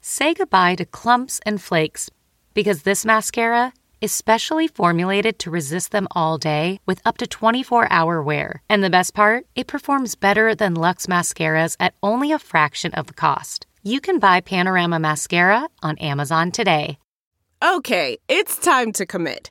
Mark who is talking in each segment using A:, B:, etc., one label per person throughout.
A: Say goodbye to clumps and flakes because this mascara is specially formulated to resist them all day with up to 24 hour wear. And the best part, it performs better than Luxe mascaras at only a fraction of the cost. You can buy Panorama Mascara on Amazon today.
B: Okay, it's time to commit.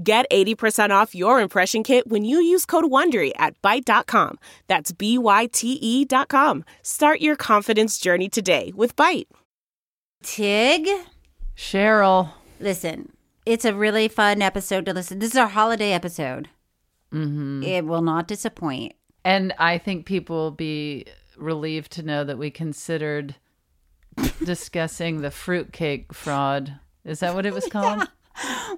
B: Get 80% off your impression kit when you use code WONDERY at Byte.com. That's B-Y-T-E E dot com. Start your confidence journey today with Byte.
C: Tig,
D: Cheryl.
C: listen, it's a really fun episode to listen. This is our holiday episode. Mm-hmm. It will not disappoint.
D: And I think people will be relieved to know that we considered discussing the fruitcake fraud. Is that what it was called?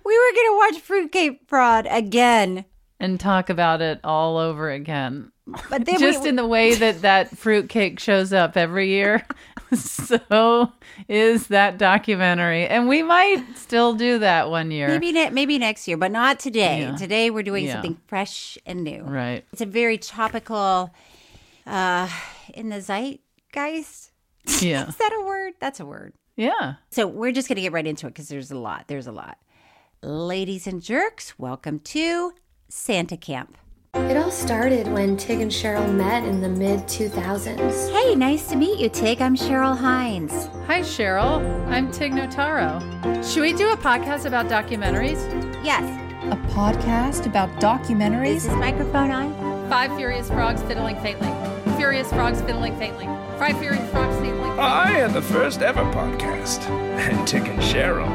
C: We were gonna watch Fruitcake Fraud again,
D: And talk about it all over again.
C: but then
D: Just
C: we,
D: in the way that that fruitcake shows up every year. so is that documentary. And we might still do that one year.
C: maybe ne- maybe next year, but not today.
D: Yeah.
C: Today we're doing
D: Yeah.
C: something fresh and new.
D: Right.
C: It's a very topical, uh, in the zeitgeist.
D: Yeah.
C: Is that a word? That's a word.
D: Yeah.
C: So we're just gonna get right into it because there's a lot. There's a lot. Ladies and jerks, welcome to Santa Camp.
E: It all started when Tig and Cheryl met in the mid 2000s.
C: Hey, nice to meet you, Tig. I'm Cheryl Hines.
D: Hi, Cheryl. I'm Tig Notaro. Should we do a podcast about documentaries?
C: Yes.
F: A podcast about
C: Is
F: documentaries?
C: this microphone on?
G: Five furious frogs fiddling faintly. Furious frogs fiddling faintly. Five furious frogs fiddling faintly.
H: I am the first ever podcast, and Tick and Cheryl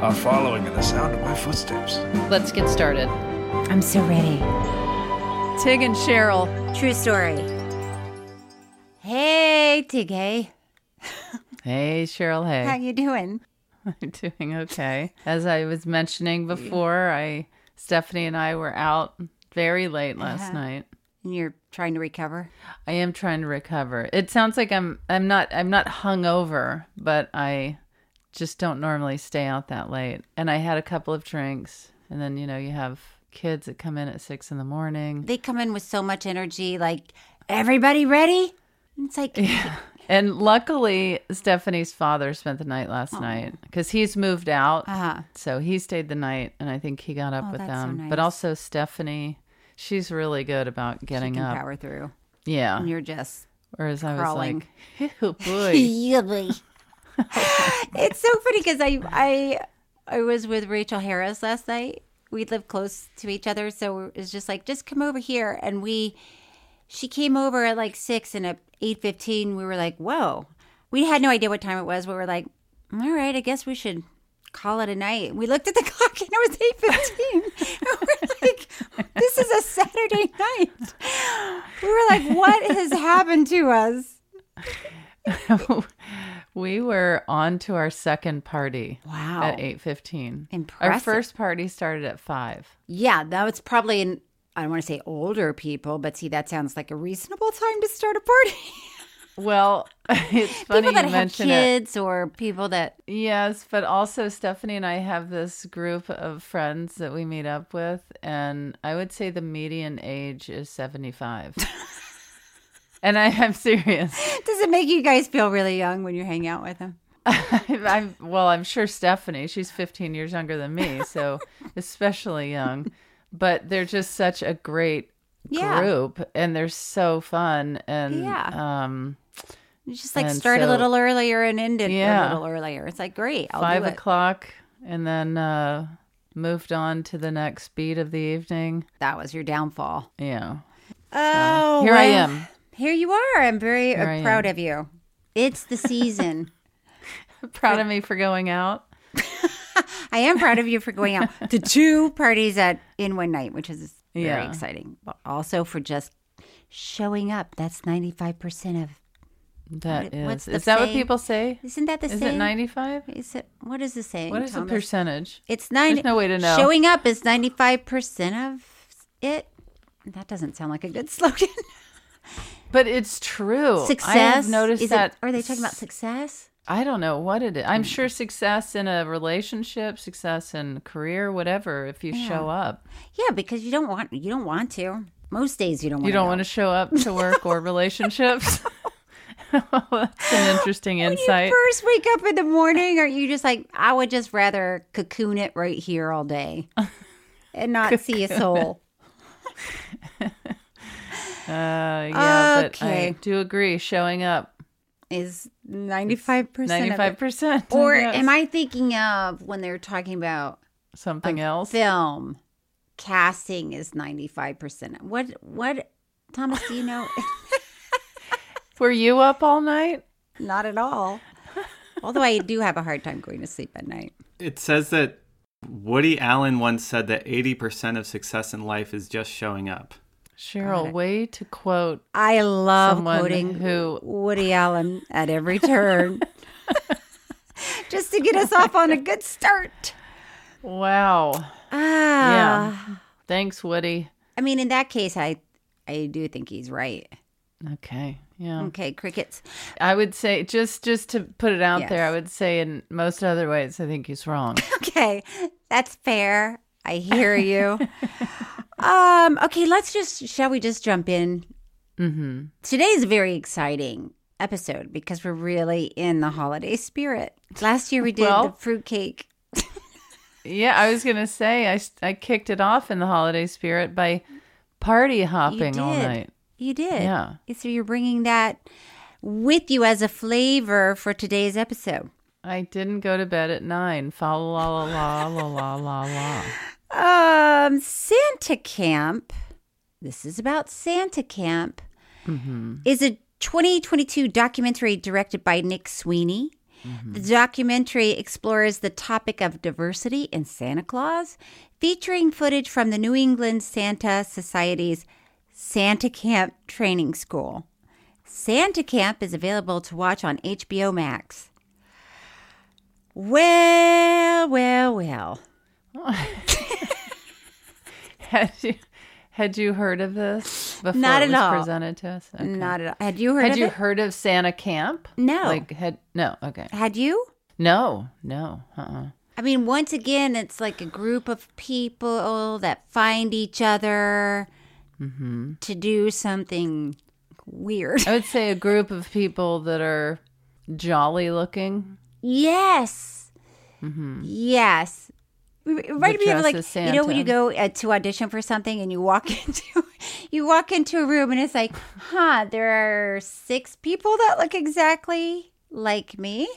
H: are following in the sound of my footsteps.
G: Let's get started.
C: I'm so ready.
D: Tig and Cheryl.
C: True story. Hey, Tig. Hey,
D: Hey, Cheryl. Hey.
C: how you doing?
D: I'm doing okay. As I was mentioning before, I Stephanie and I were out very late last night.
C: And you're trying to recover?
D: I am trying to recover. It sounds like I'm I'm not I'm not hungover, but I just don't normally stay out that late. And I had a couple of drinks, and then you know you have kids that come in at six in the morning,
C: They come in with so much energy, like everybody ready? And It's like
D: and luckily Stephanie's father spent the night last night because he's moved out.
C: uh-huh.
D: So he stayed the night, and I think he got up
C: Oh,
D: with
C: that's so
D: them.
C: nice.
D: But also Stephanie, she's really good about
C: you
D: getting
C: can
D: up.
C: power through.
D: Yeah.
C: And you're just
D: Whereas
C: crawling.
D: I was like, "Ew, boy,
C: it's so funny because I I I was with Rachel Harris last night. We live close to each other, so it was just like, just come over here, and we. She came over at like six, and at eight fifteen, we were like, whoa, we had no idea what time it was. We were like, all right, I guess we should call it a night. We looked at the clock, and it was eight fifteen. we're like, this is a Saturday night. We were like, what has happened to us?
D: we were on to our second party
C: Wow.
D: at eight fifteen. Our
C: Impressive.
D: first party started at five.
C: Yeah, that was probably an I don't want to say older people, but see, that sounds like a reasonable time to start a party.
D: Well, it's funny
C: people that
D: you
C: have
D: mention it.
C: kids or people that
D: Yes, but also Stephanie and I have this group of friends that we meet up with, and I would say the median age is 75. and I am serious.
C: does it make you guys feel really young when you hang out with them?
D: I'm, I'm well, I'm sure Stephanie, she's 15 years younger than me, so especially young, but they're just such a great
C: Yeah.
D: group and they're so fun and
C: Yeah.
D: um
C: You just like
D: And
C: start a
D: so-
C: little earlier and end it a
D: Yeah.
C: little earlier. It's like great, I'll
D: five
C: do it.
D: o'clock and then uh moved on to the next beat of the evening.
C: That was your downfall.
D: Yeah.
C: Oh,
D: Here I am.
C: Here you are. I'm very
D: Here I
C: uh,
D: am.
C: proud of you. It's the season.
D: Proud of me for going out.
C: I am proud of you for going out to two parties at in one night, which is very
D: Yeah.
C: exciting. But also for just showing up. That's ninety five percent of.
D: That is.
C: what's the
D: is that what
C: saying?
D: people say?
C: Isn't that the
D: Is
C: saying?
D: it 95?
C: Is it what is the saying?
D: What is the
C: Thomas?
D: percentage?
C: It's ninety.
D: There's no way to know.
C: Showing up is ninety five percent of it. That doesn't sound like a good slogan.
D: But it's true.
C: success.
D: I have noticed
C: is
D: that.
C: It, are they talking about Hmm. success?
D: I don't know what it is. I'm sure success in a relationship, success in career, whatever. If you show up,
C: Yeah, because you don't want you don't want to. Most days you don't.
D: you don't want to show up to work or relationships. That's an interesting
C: You
D: insight.
C: first wake up in the morning, or you just like, I would just rather cocoon it right here all day and not see a soul.
D: Uh, yeah,
C: Okay.
D: but I do agree. Showing up,
C: Is ninety five percent ninety
D: ninety-five
C: five
D: percent,
C: Or am I thinking of when they're talking about
D: something else?
C: film casting is ninety five percent? What what Thomas? Do you know?
D: Were you up all night?
C: not at all. Although I do have a hard time going to sleep at night.
I: It says that Woody Allen once said that 80% of success in life is just showing up.
D: Cheryl, way to quote
C: I love
D: Someone
C: quoting
D: who-
C: Woody Allen at every turn, just to get us off on a good start.
D: Wow.
C: Ah,
D: Yeah. Thanks, Woody.
C: I mean, in that case, I I do think he's right.
D: Okay. Yeah.
C: Okay, crickets.
D: I would say just just to put it out there,
C: Yes.
D: I would say in most other ways I think he's wrong.
C: Okay, that's fair. I hear you. um. Okay, let's just shall we just jump in?
D: mm-hmm.
C: Today's a very exciting episode because we're really in the holiday spirit. Last year we did
D: Well-
C: the fruitcake.
D: Yeah, I was going to say I s- I kicked it off in the holiday spirit by party hopping all
C: did.
D: night.
C: You did.
D: Yeah.
C: So you're bringing that with you as a flavor for today's episode.
D: I didn't go to bed at 9. Fa la la la la la la la.
C: Um, Santa Camp. This is about Santa Camp. Is a 2022 documentary directed by Nick Sweeney. The documentary explores the topic of diversity in Santa Claus, featuring footage from the New England Santa Society's Santa Camp Training School. Santa Camp is available to watch on HBO Max. Well, well, well.
D: Had you had you heard of this before
C: Not
D: it
C: at
D: was
C: all.
D: presented to us? Okay.
C: Not at all. Had you heard
D: Had
C: of
D: you
C: it?
D: heard of Santa Camp?
C: No.
D: Like had no, okay.
C: Had you?
D: No, no. Uh-uh.
C: I mean, once again, it's like a group of people that find each other
D: Mm-hmm.
C: to do something weird.
D: I would say a group of people that are jolly looking.
C: yes. Yes. It reminded me of
D: Mm-hmm. dress
C: like
D: as
C: you know when you
D: Santa.
C: go uh, to audition for something and you walk into you walk into a room and it's like, huh, there are six people that look exactly like me,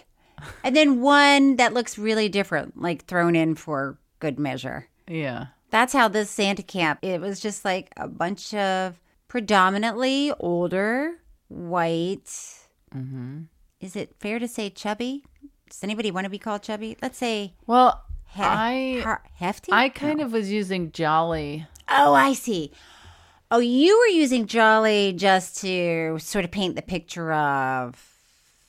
C: and then one that looks really different, like thrown in for good measure.
D: Yeah.
C: That's how this Santa camp. It was just like a bunch of predominantly older white.
D: Mm-hmm.
C: Is it fair to say chubby? Does anybody want to be called chubby? Let's say
D: Well,
C: he-
D: I
C: har- hefty.
D: I kind of was using jolly.
C: Oh, I see. Oh, you were using jolly just to sort of paint the picture of.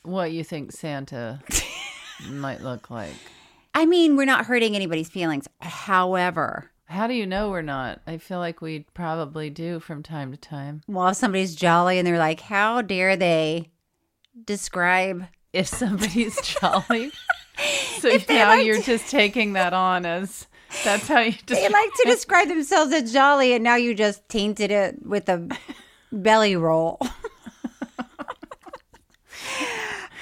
D: What you think Santa might look like?
C: I mean, we're not hurting anybody's feelings. However,
D: How do you know we're not? I feel like we probably do from time to time.
C: well, if somebody's jolly and they're like, "How dare they describe
D: If somebody's jolly, so
C: they
D: now
C: like
D: you're
C: to-
D: just taking that on as that's how you
C: they
D: just
C: like to describe themselves as jolly, and now you just tainted it with a belly roll.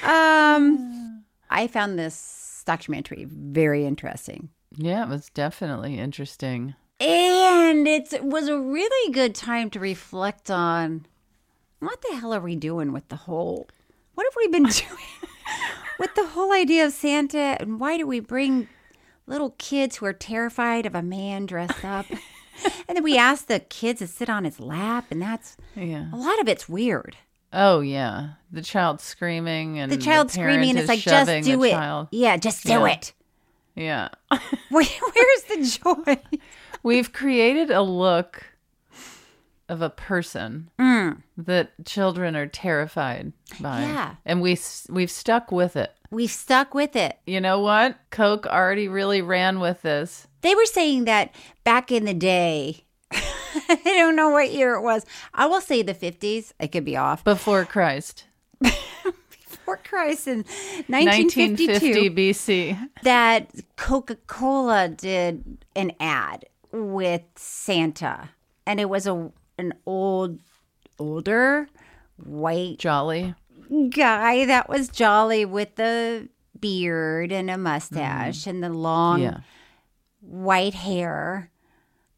C: um, I found this documentary very interesting,
D: Yeah, it was definitely interesting.
C: and it's, it was a really good time to reflect on what the hell are we doing with the whole. What have we been doing with the whole idea of Santa, and why do we bring little kids who are terrified of a man dressed up. and then we ask the kids to sit on his lap, and that's
D: Yeah.
C: a lot of it's weird.
D: Oh yeah. The child screaming and
C: The child
D: Mm, parent
C: screaming,
D: is
C: it's like, just
D: shoving
C: do
D: the
C: it.
D: Child.
C: Yeah, just do
D: Yeah.
C: it.
D: Yeah.
C: Where, where's the joy?
D: We've created a look of a person that children are terrified by.
C: Yeah.
D: And we s- we've stuck with it.
C: We've stuck with it.
D: You know what? Coke already really ran with this.
C: They were saying that back in the day. I don't know what year it was. I will say the 50s. I could be off.
D: Before Christ,
C: Before Christ in
D: 1950
C: 1952,
D: BC.
C: that Coca Cola did an ad with Santa. And it was a an old, older white
D: Jolly.
C: guy that was jolly with the beard and a mustache and the long
D: yeah.
C: white hair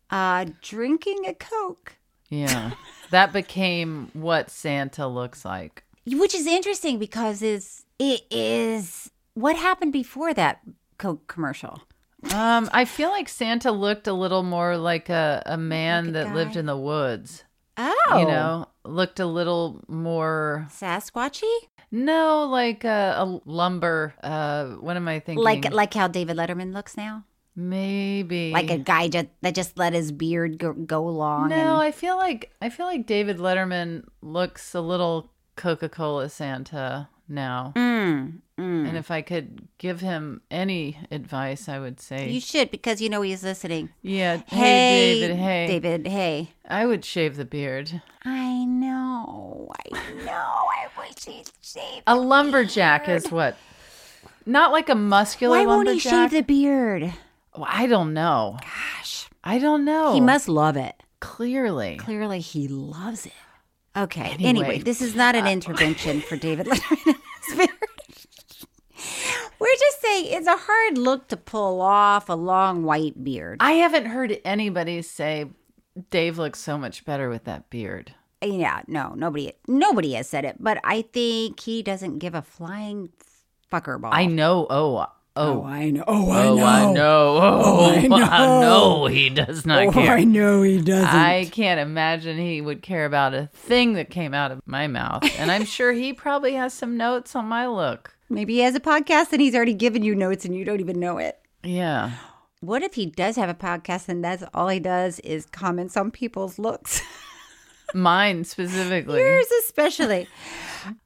C: uh, drinking a Coke.
D: Yeah. that became what Santa looks like.
C: which is interesting because is it is what happened before that Coke commercial.
D: Um, I feel like Santa looked a little more like a, a man that lived in the woods.
C: Oh,
D: You know, looked a little more
C: Sasquatchy,
D: no, like uh, a, a lumber. Uh, what am I thinking?
C: like like how David Letterman looks now,
D: maybe
C: like a guy just, that just let his beard go, go long.
D: No, I feel like I feel like David Letterman looks a little Coca Cola Santa now.
C: and, Mm, mm.
D: And if I could give him any advice, I would say,
C: you should because you know he's listening.
D: yeah,
C: Hey,
D: David, hey,
C: David, hey.
D: I would shave the beard.
C: I know, I know. I wish he'd shaved.
D: A lumberjack is what? Not like a muscular
C: Why won't he shave
D: lumberjack.
C: the beard?
D: Oh, I don't know.
C: Gosh,
D: I don't know.
C: he must love it.
D: clearly.
C: Clearly, he loves it. Okay. Anyway, Uh,
D: Anyway.
C: this is not an intervention for David Letterman. and his beard. We're just saying it's a hard look to pull off a long white beard.
D: I haven't heard anybody say Dave looks so much better with that beard.
C: Yeah, no, nobody, nobody has said it, but I think he doesn't give a flying fucker ball.
D: I know. Oh, oh,
C: I know. Oh, I
D: oh, I know. Oh, I know. He does not care. I know he doesn't. I can't imagine he would care about a thing that came out of my mouth. And I'm sure he probably has some notes on my look.
C: Maybe he has a podcast and he's already given you notes and you don't even know it.
D: Yeah.
C: What if he does have a podcast and that's all he does is comments on people's looks?
D: Mine specifically.
C: Yours especially.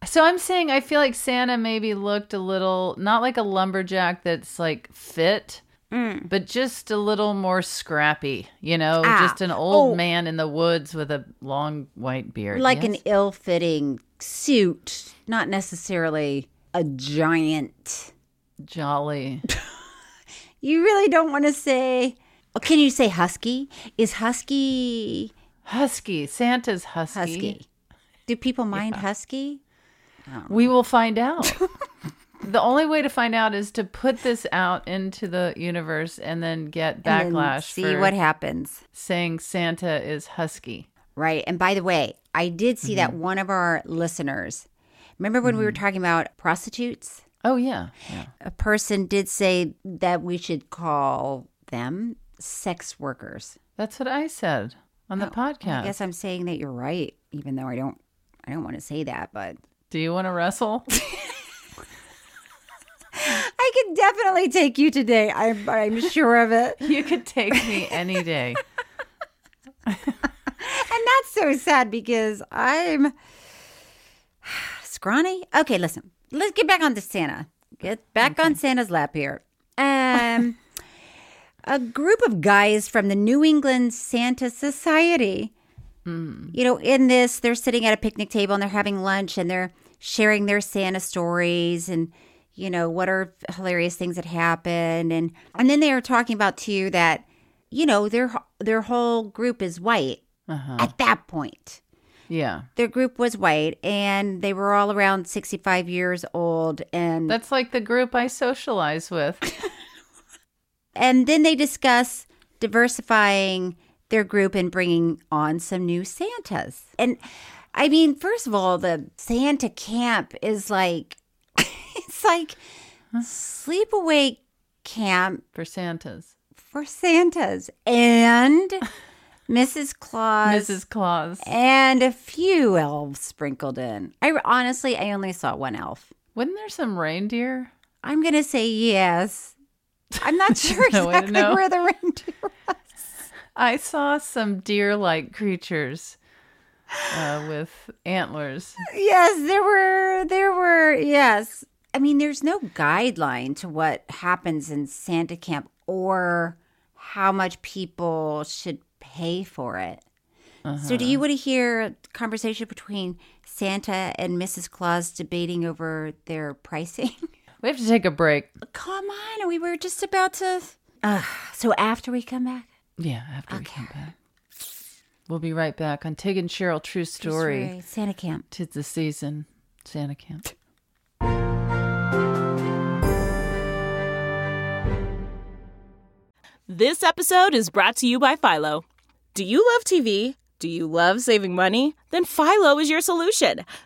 D: So I'm saying I feel like Santa maybe looked a little not like a lumberjack that's like fit, but just a little more scrappy, you know,
C: Mm. Ah.
D: just an old
C: Oh.
D: man in the woods with a long white beard.
C: like an
D: Yes?
C: ill-fitting suit, not necessarily a giant.
D: jolly.
C: You really don't want to say. Oh, can you say husky? Is husky
D: Husky. Santa's husky.
C: husky? Do people mind husky?
D: We will find out. the only way to find out is to put this out into the universe and then get
C: And then
D: backlash
C: See
D: for
C: what happens,
D: saying Santa is husky.
C: right? And by the way, I did see that
D: Mm-hmm.
C: one of our listeners. Remember when we were talking about prostitutes?
D: Oh yeah. yeah.
C: A person did say that we should call them sex workers.
D: That's what I said on the podcast.
C: Oh, I guess I'm saying that you're right, even though I don't. I don't want to say that, but
D: Do you want to wrestle?
C: I can definitely take you today. I'm, I'm sure of it.
D: you could take me any day.
C: And that's so sad because I'm scrawny. Okay, listen, let's get back on to Santa. Get back on Santa's lap here. Um, a group of guys from the New England Santa Society. You know, in this, they're sitting at a picnic table and they're having lunch and they're sharing their Santa stories and you know what are hilarious things that happened and and then they are talking about too that you know their their whole group is white at that point.
D: Yeah.
C: Their group was white and they were all around 65 years old and
D: That's like the group I socialize with.
C: and then they discuss diversifying their group and bringing on some new Santas. And I mean, first of all, the Santa camp is like it's like sleepaway camp
D: for Santas.
C: for Santas and Mrs. Claus.
D: Mrs. Claus.
C: And a few elves sprinkled in. I honestly, I only saw one elf.
D: Wasn't there some reindeer?
C: I'm gonna say yes. I'm not sure
D: No way to
C: exactly
D: know.
C: where the reindeer was.
D: I saw some deer-like creatures uh, with antlers.
C: Yes, there were. There were. Yes. I mean, there's no guideline to what happens in Santa camp or how much people should pay for it. So, do you want to hear a conversation between Santa and Mrs. Claus debating over their pricing?
D: We have to take a break.
C: Come on, we were just about to. Uh, so after we come back,
D: Yeah, after we come back. We'll be right back on Tig and Cheryl True Story.
C: Sorry, Santa camp.
D: Tis the season, Santa Camp.
B: This episode is brought to you by Philo. Do you love TV? Do you love saving money? Then Philo is your solution.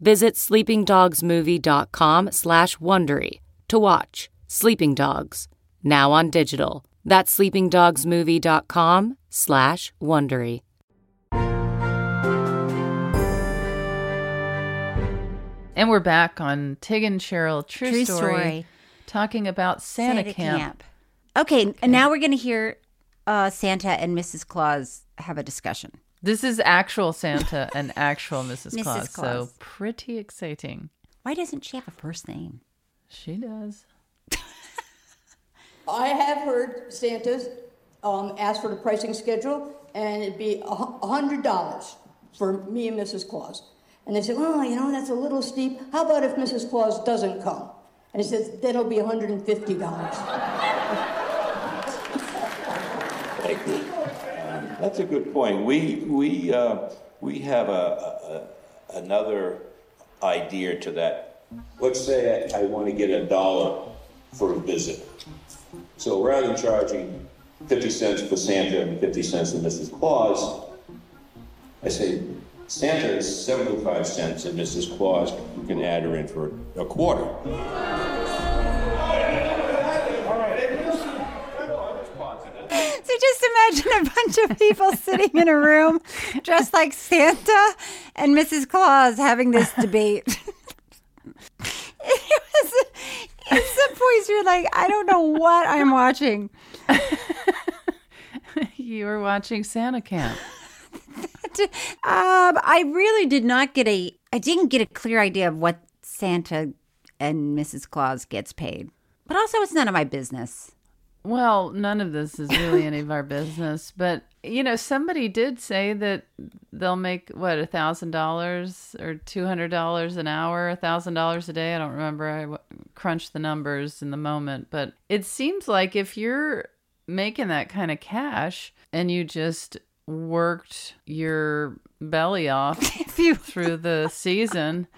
A: Visit sleepingdogsmovie.com slash Wondery to watch Sleeping Dogs, now on digital. That's sleepingdogsmovie.com slash Wondery.
D: And we're back on Tig and Cheryl True,
C: True
D: Story,
C: story.
D: talking about Santa, Camp.
C: Okay, and now we're going to hear uh, Santa and Mrs. Claus have a discussion.
D: This is actual Santa and actual Mrs.
C: Mrs.
D: Claus, so
C: Claus.
D: pretty exciting.
C: Why doesn't she have a first name?
D: She does.
J: I have heard Santa's um, ask for the pricing schedule, and it'd be a hu- a hundred dollars for me and Mrs. Claus. And they said, "Well, you know, that's a little steep. How about if Mrs. Claus doesn't come?" And he says, "Then it'll be hundred and fifty dollars."
K: That's a good point. We, we, uh, we have a, a, a- another idea to that. Let's say I, I want to get a dollar for a visit. So rather than charging 50 cents for Santa and 50 cents for Mrs. Claus, I say Santa is 75 cents and Mrs. Claus, you can add her in for a quarter.
C: So just imagine a bunch of people sitting in a room dressed like Santa and Mrs. Claus having this debate. it was, at some points you're like, I don't know what I'm watching.
D: you were watching Santa Camp.
C: Um, I really did not get a, I didn't get a clear idea of what Santa and Mrs. Claus gets paid. But also, it's none of my business.
D: Well, none of this is really any of our business, but you know, somebody did say that they'll make what a thousand dollars or two hundred dollars an hour, a thousand dollars a day. I don't remember. I w- crunched the numbers in the moment, but it seems like if you're making that kind of cash and you just worked your belly off through the season,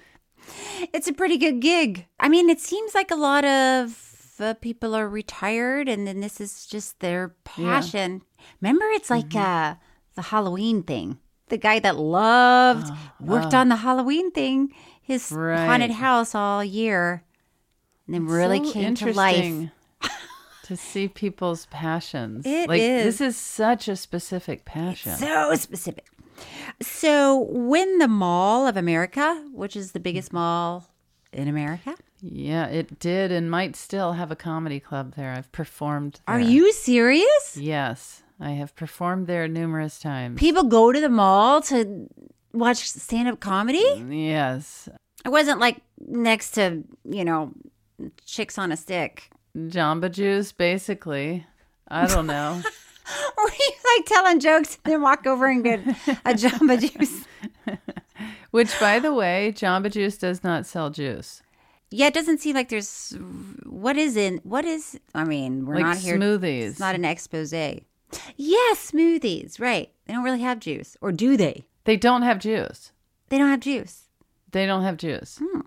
C: It's a pretty good gig. I mean, it seems like a lot of uh, people are retired, and then this is just their passion. Remember, it's like
D: Mm-hmm.
C: uh, the Halloween thing. The guy that loved
D: Uh,
C: worked on the Halloween thing, his
D: Right.
C: haunted house all year, and then really
D: so
C: came to life.
D: interesting to see people's passions.
C: It
D: like
C: is.
D: this is such a specific passion.
C: So specific. So, when the Mall of America, which is the biggest mall in America,
D: Yeah, it did and might still have a comedy club there. I've performed.
C: Are
D: there.
C: you serious?
D: Yes, I have performed there numerous times.
C: people go to the mall to watch stand up
D: Mm-hmm.
C: comedy?
D: Yes.
C: I wasn't like next to, you know, chicks on a stick.
D: Jamba Juice, basically. I don't know.
C: Or you like telling jokes and then walk over and get a Jamba Juice.
D: Which, by the way, Jamba Juice does not sell juice.
C: Yeah, it doesn't seem like there's what is in what is I mean, we're
D: Like
C: not here
D: smoothies.
C: It's not an expose. Yeah, smoothies, right. They don't really have juice. Or do they?
D: They don't have juice.
C: They don't have juice.
D: They don't have juice.
C: Hmm.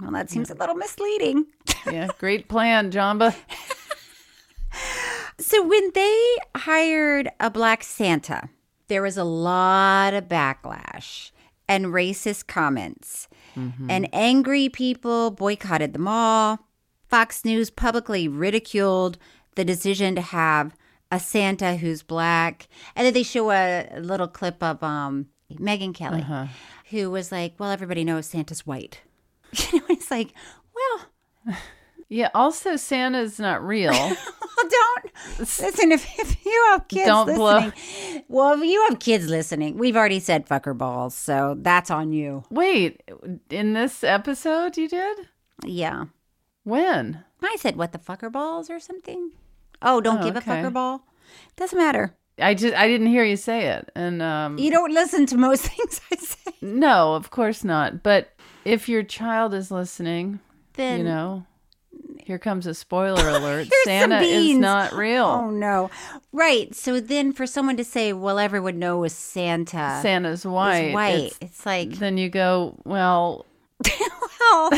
C: Well, that seems a little misleading.
D: Yeah, great plan, Jamba.
C: So when they hired a black Santa, there was a lot of backlash and racist comments.
D: Mm-hmm.
C: And angry people boycotted the mall. Fox News publicly ridiculed the decision to have a Santa who's black. And then they show a little clip of um, Megan Kelly,
D: Uh-huh.
C: who was like, Well, everybody knows Santa's white. You know, it's like, Well,
D: Yeah, also, Santa's not real.
C: well, don't listen if, if you have kids
D: Don't blow-
C: listening. Well, if you have kids listening, we've already said fucker balls, so that's on you.
D: Wait, in this episode you did?
C: Yeah,
D: When?
C: I said what the fucker balls or something. Oh, don't
D: Oh,
C: give
D: okay.
C: a fucker ball. Doesn't matter.
D: I just I didn't hear you say it. And um
C: You don't listen to most things I say.
D: no, of course not. But if your child is listening,
C: Then
D: you know, here comes a spoiler alert.
C: Here's some
D: Santa is
C: beans.
D: not real.
C: Oh no! Right. So then, for someone to say, "Well, everyone knows Santa,"
D: Santa's white.
C: Oh, white.
D: It's-
C: It's like-
D: then you go, well,
C: well,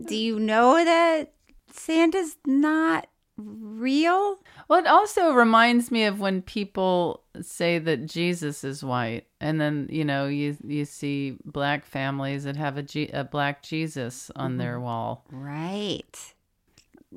C: do you know that Santa's not real?
D: well, it also reminds me of when people say that Jesus is white, and then you know you you see black families that have a, Je- a black Jesus
C: Mm-hmm.
D: on their wall.
C: Right.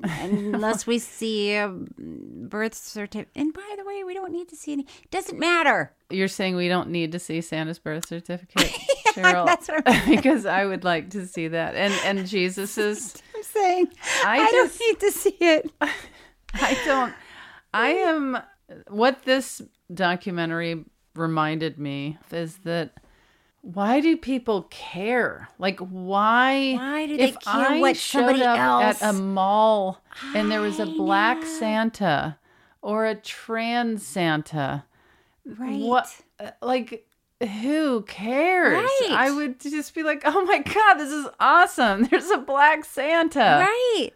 C: Unless we see a birth certificate. And by the way, we don't need to see any. Doesn't matter.
D: You're saying we don't need to see Santa's birth certificate, Cheryl?
C: that's what I'm-
D: because I would like to see that, and and Jesus's.
C: I'm saying
D: I
C: I,
D: just-
C: don't need to see it.
D: I don't. I am. What this documentary reminded me is that why do people care? Like, why?
C: Why do they
D: if
C: care
D: I
C: what
D: showed
C: somebody
D: up
C: else-
D: at a mall and there was a black Santa or a trans Santa?
C: Right.
D: What? uh, Like. Who cares?
C: Right.
D: I would just be like, "Oh my god, this is awesome! There's a black Santa."
C: Right.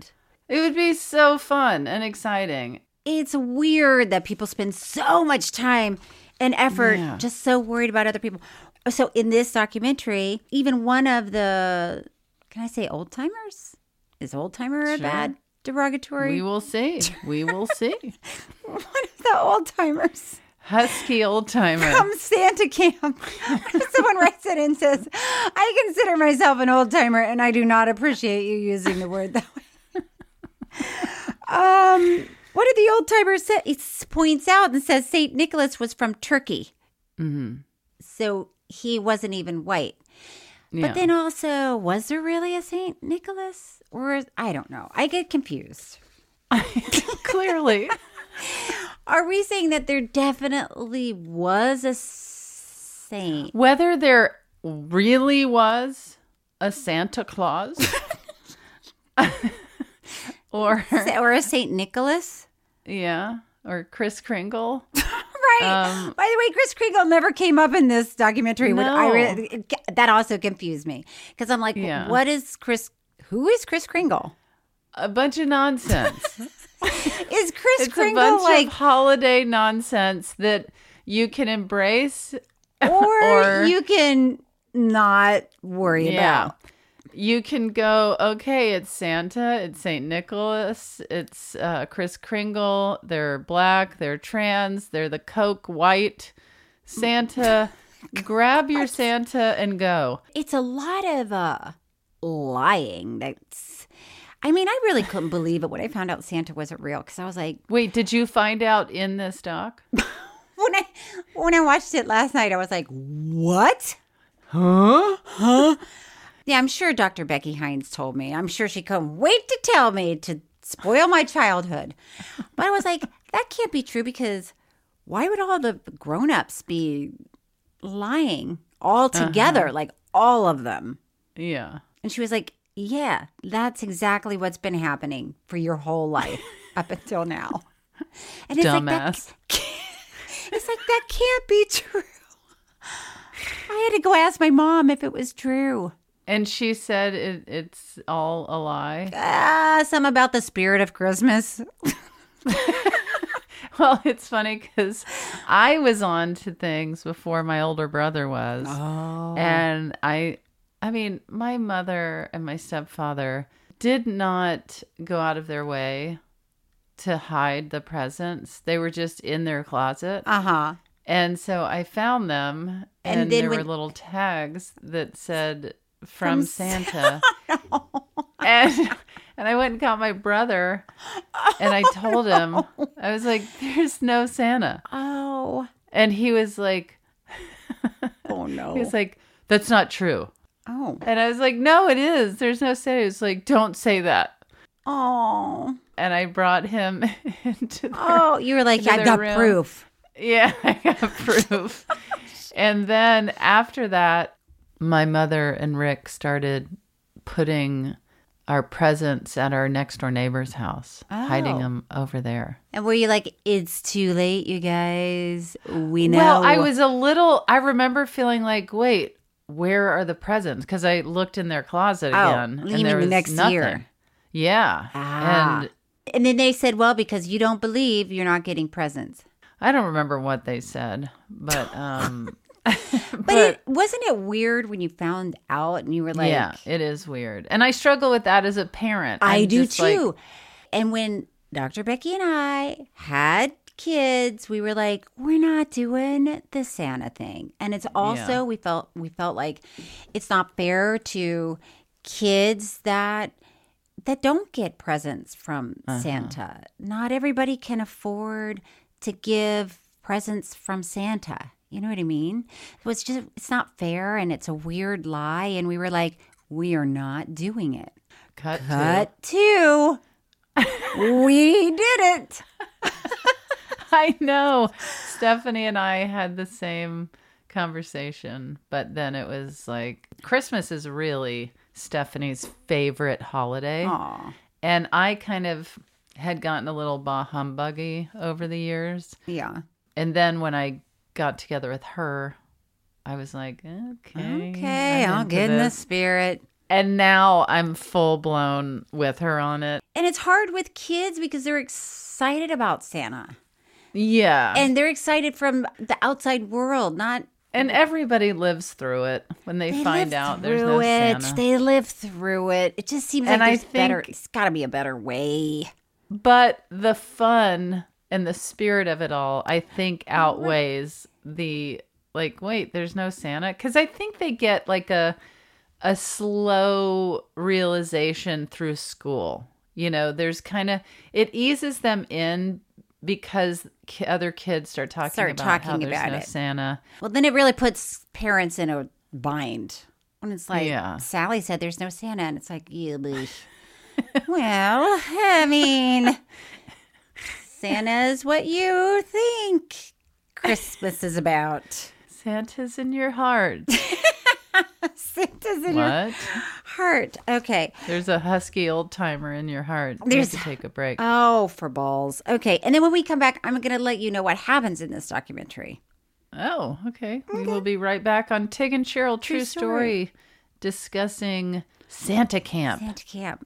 D: It would be so fun and exciting.
C: It's weird that people spend so much time and effort
D: Yeah.
C: just so worried about other people. So in this documentary, even one of the can I say old timers? Is old timer a
D: Sure.
C: bad derogatory?
D: We will see. We will see.
C: one of the old timers.
D: Husky old timer.
C: from Santa Camp. Someone writes it and says, I consider myself an old timer and I do not appreciate you using the word that way. um, what did the old timer say? It s- points out and says St. Nicholas was from Turkey.
D: hmm
C: So he wasn't even white.
D: Yeah.
C: But then also, was there really a St. Nicholas? Or is- I don't know. I get confused.
D: Clearly.
C: Are we saying that there definitely was a saint?
D: Whether there really was a Santa Claus or,
C: or a Saint Nicholas.
D: yeah, or Chris Kringle.
C: Right.
D: Um,
C: By the way, Chris Kringle never came up in this documentary. When I
D: No.
C: re- it- that also confused me because I'm like,
D: Yeah.
C: what is Chris? Who is Chris Kringle?
D: A bunch of nonsense.
C: Is Chris
D: it's a
C: Kringle
D: bunch
C: like,
D: of holiday nonsense that you can embrace
C: or,
D: or-
C: you can not worry about?
D: You can go, okay, it's Santa, it's St. Nicholas, it's uh, Chris Kringle, they're black, they're trans, they're the Coke white. Santa, grab your Santa and go.
C: It's a lot of uh, lying. That's. I mean, I really couldn't believe it when I found out Santa wasn't real because I was like,
D: Wait, did you find out in this doc?
C: well, when I when I watched it last night, I was like, "What?
I: Huh? Huh?"
C: Yeah, I'm sure Dr. Becky Hines told me. I'm sure she couldn't wait to tell me to spoil my childhood. But I was like, "That can't be true because why would all the grown-ups be lying all together,
D: Uh-huh.
C: like all of them?"
D: Yeah.
C: And she was like, Yeah, that's exactly what's been happening for your whole life up until now. And it's like, that,
D: Dumbass.
C: it's like, that can't be true. I had to go ask my mom if it was true.
D: And she said it, it's all a lie.
C: Ah, some about the spirit of Christmas.
D: Well, it's funny because I was on to things before my older brother was.
C: Oh.
D: And I, I mean, my mother and my stepfather did not go out of their way to hide the presents. They were just in their closet.
C: Uh huh.
D: And so I found them,
C: And
D: and,
C: then
D: there
C: when-
D: were little tags that said
C: From
D: "From
C: Sa-
D: Santa," and and I went and got my brother, and I told him I was like, "There's no Santa,"
C: Oh.
D: and he was like,
C: Oh, no.
D: he was like, "That's not true,"
C: Oh.
D: and I was like, "No, it is. There's no Santa." He was like, "Don't say that."
C: Oh.
D: And I brought him into the
C: Oh, you were like,
D: into
C: I've
D: their
C: got
D: room.
C: proof.
D: Yeah, I got proof. and then after that, my mother and Rick started putting our presents at our next door neighbor's house, hiding
C: Oh.
D: them over there.
C: And were you like, it's too late, you guys? We know.
D: Well, I was a little, I remember feeling like, wait, where are the presents? Because I looked in their closet
C: Oh,
D: again.
C: you
D: and
C: mean the
D: there was
C: next
D: nothing.
C: year.
D: Yeah.
C: Ah.
D: And
C: And then they said, well, because you don't believe, you're not getting presents.
D: I don't remember what they said, but um,
C: But, it, wasn't it weird when you found out and you were like,
D: yeah, it is weird. And I struggle with that as a parent.
C: I
D: I'm
C: do
D: just like,
C: too. and when Dr. Becky and I had kids, we were like, we're not doing the Santa thing. And it's also
D: Yeah.
C: we felt we felt like it's not fair to kids that that don't get presents from
D: Uh-huh.
C: Santa. Not everybody can afford to give presents from Santa. You know what I mean? So it's just it's not fair and it's a weird lie and we were like, we are not doing it.
D: Cut,
C: Cut two. we did it.
D: to- I know. Stephanie and I had the same conversation, but then it was like Christmas is really Stephanie's favorite holiday.
C: Aw.
D: And I kind of had gotten a little bah humbuggy over the years.
C: Yeah.
D: And then when I got together with her, I was like, okay.
C: Okay, oh
D: I'm
C: I'll
D: into
C: get in the
D: this.
C: spirit.
D: And now I'm full blown with her on it.
C: And it's hard with kids because they're excited about Santa.
D: Yeah.
C: And they're excited from the outside world, not
D: And everybody lives through it when they,
C: they
D: find
C: live
D: out
C: through
D: there's no
C: it.
D: Santa.
C: They live through it. It just seems
D: And
C: like
D: I
C: there's better.
D: think-
C: It's got to be a better way.
D: but the fun and the spirit of it all, I think, outweighs the like. Wait, there's no Santa because I think they get like a a slow realization through school. You know, there's kind of it eases them in because ki- other kids start talking
C: Start
D: about how
C: talking
D: there's
C: about
D: no
C: it.
D: Santa.
C: Well, then it really puts parents in a bind. When it's like
D: Yeah.
C: Sally said, "There's no Santa," and it's like, yeah, but- well, I mean, Santa is what you think Christmas is about.
D: Santa's in your heart.
C: Santa's in your
D: what?
C: heart. Okay.
D: There's a husky old timer in your heart.
C: There's-
D: There's to take a break.
C: Oh, for balls. Okay. And then when we come back, I'm going to let you know what happens in this documentary.
D: oh, okay. We will be right back on Tig and Cheryl True,
C: True
D: story.
C: story.
D: discussing Santa Camp.
C: Santa Camp.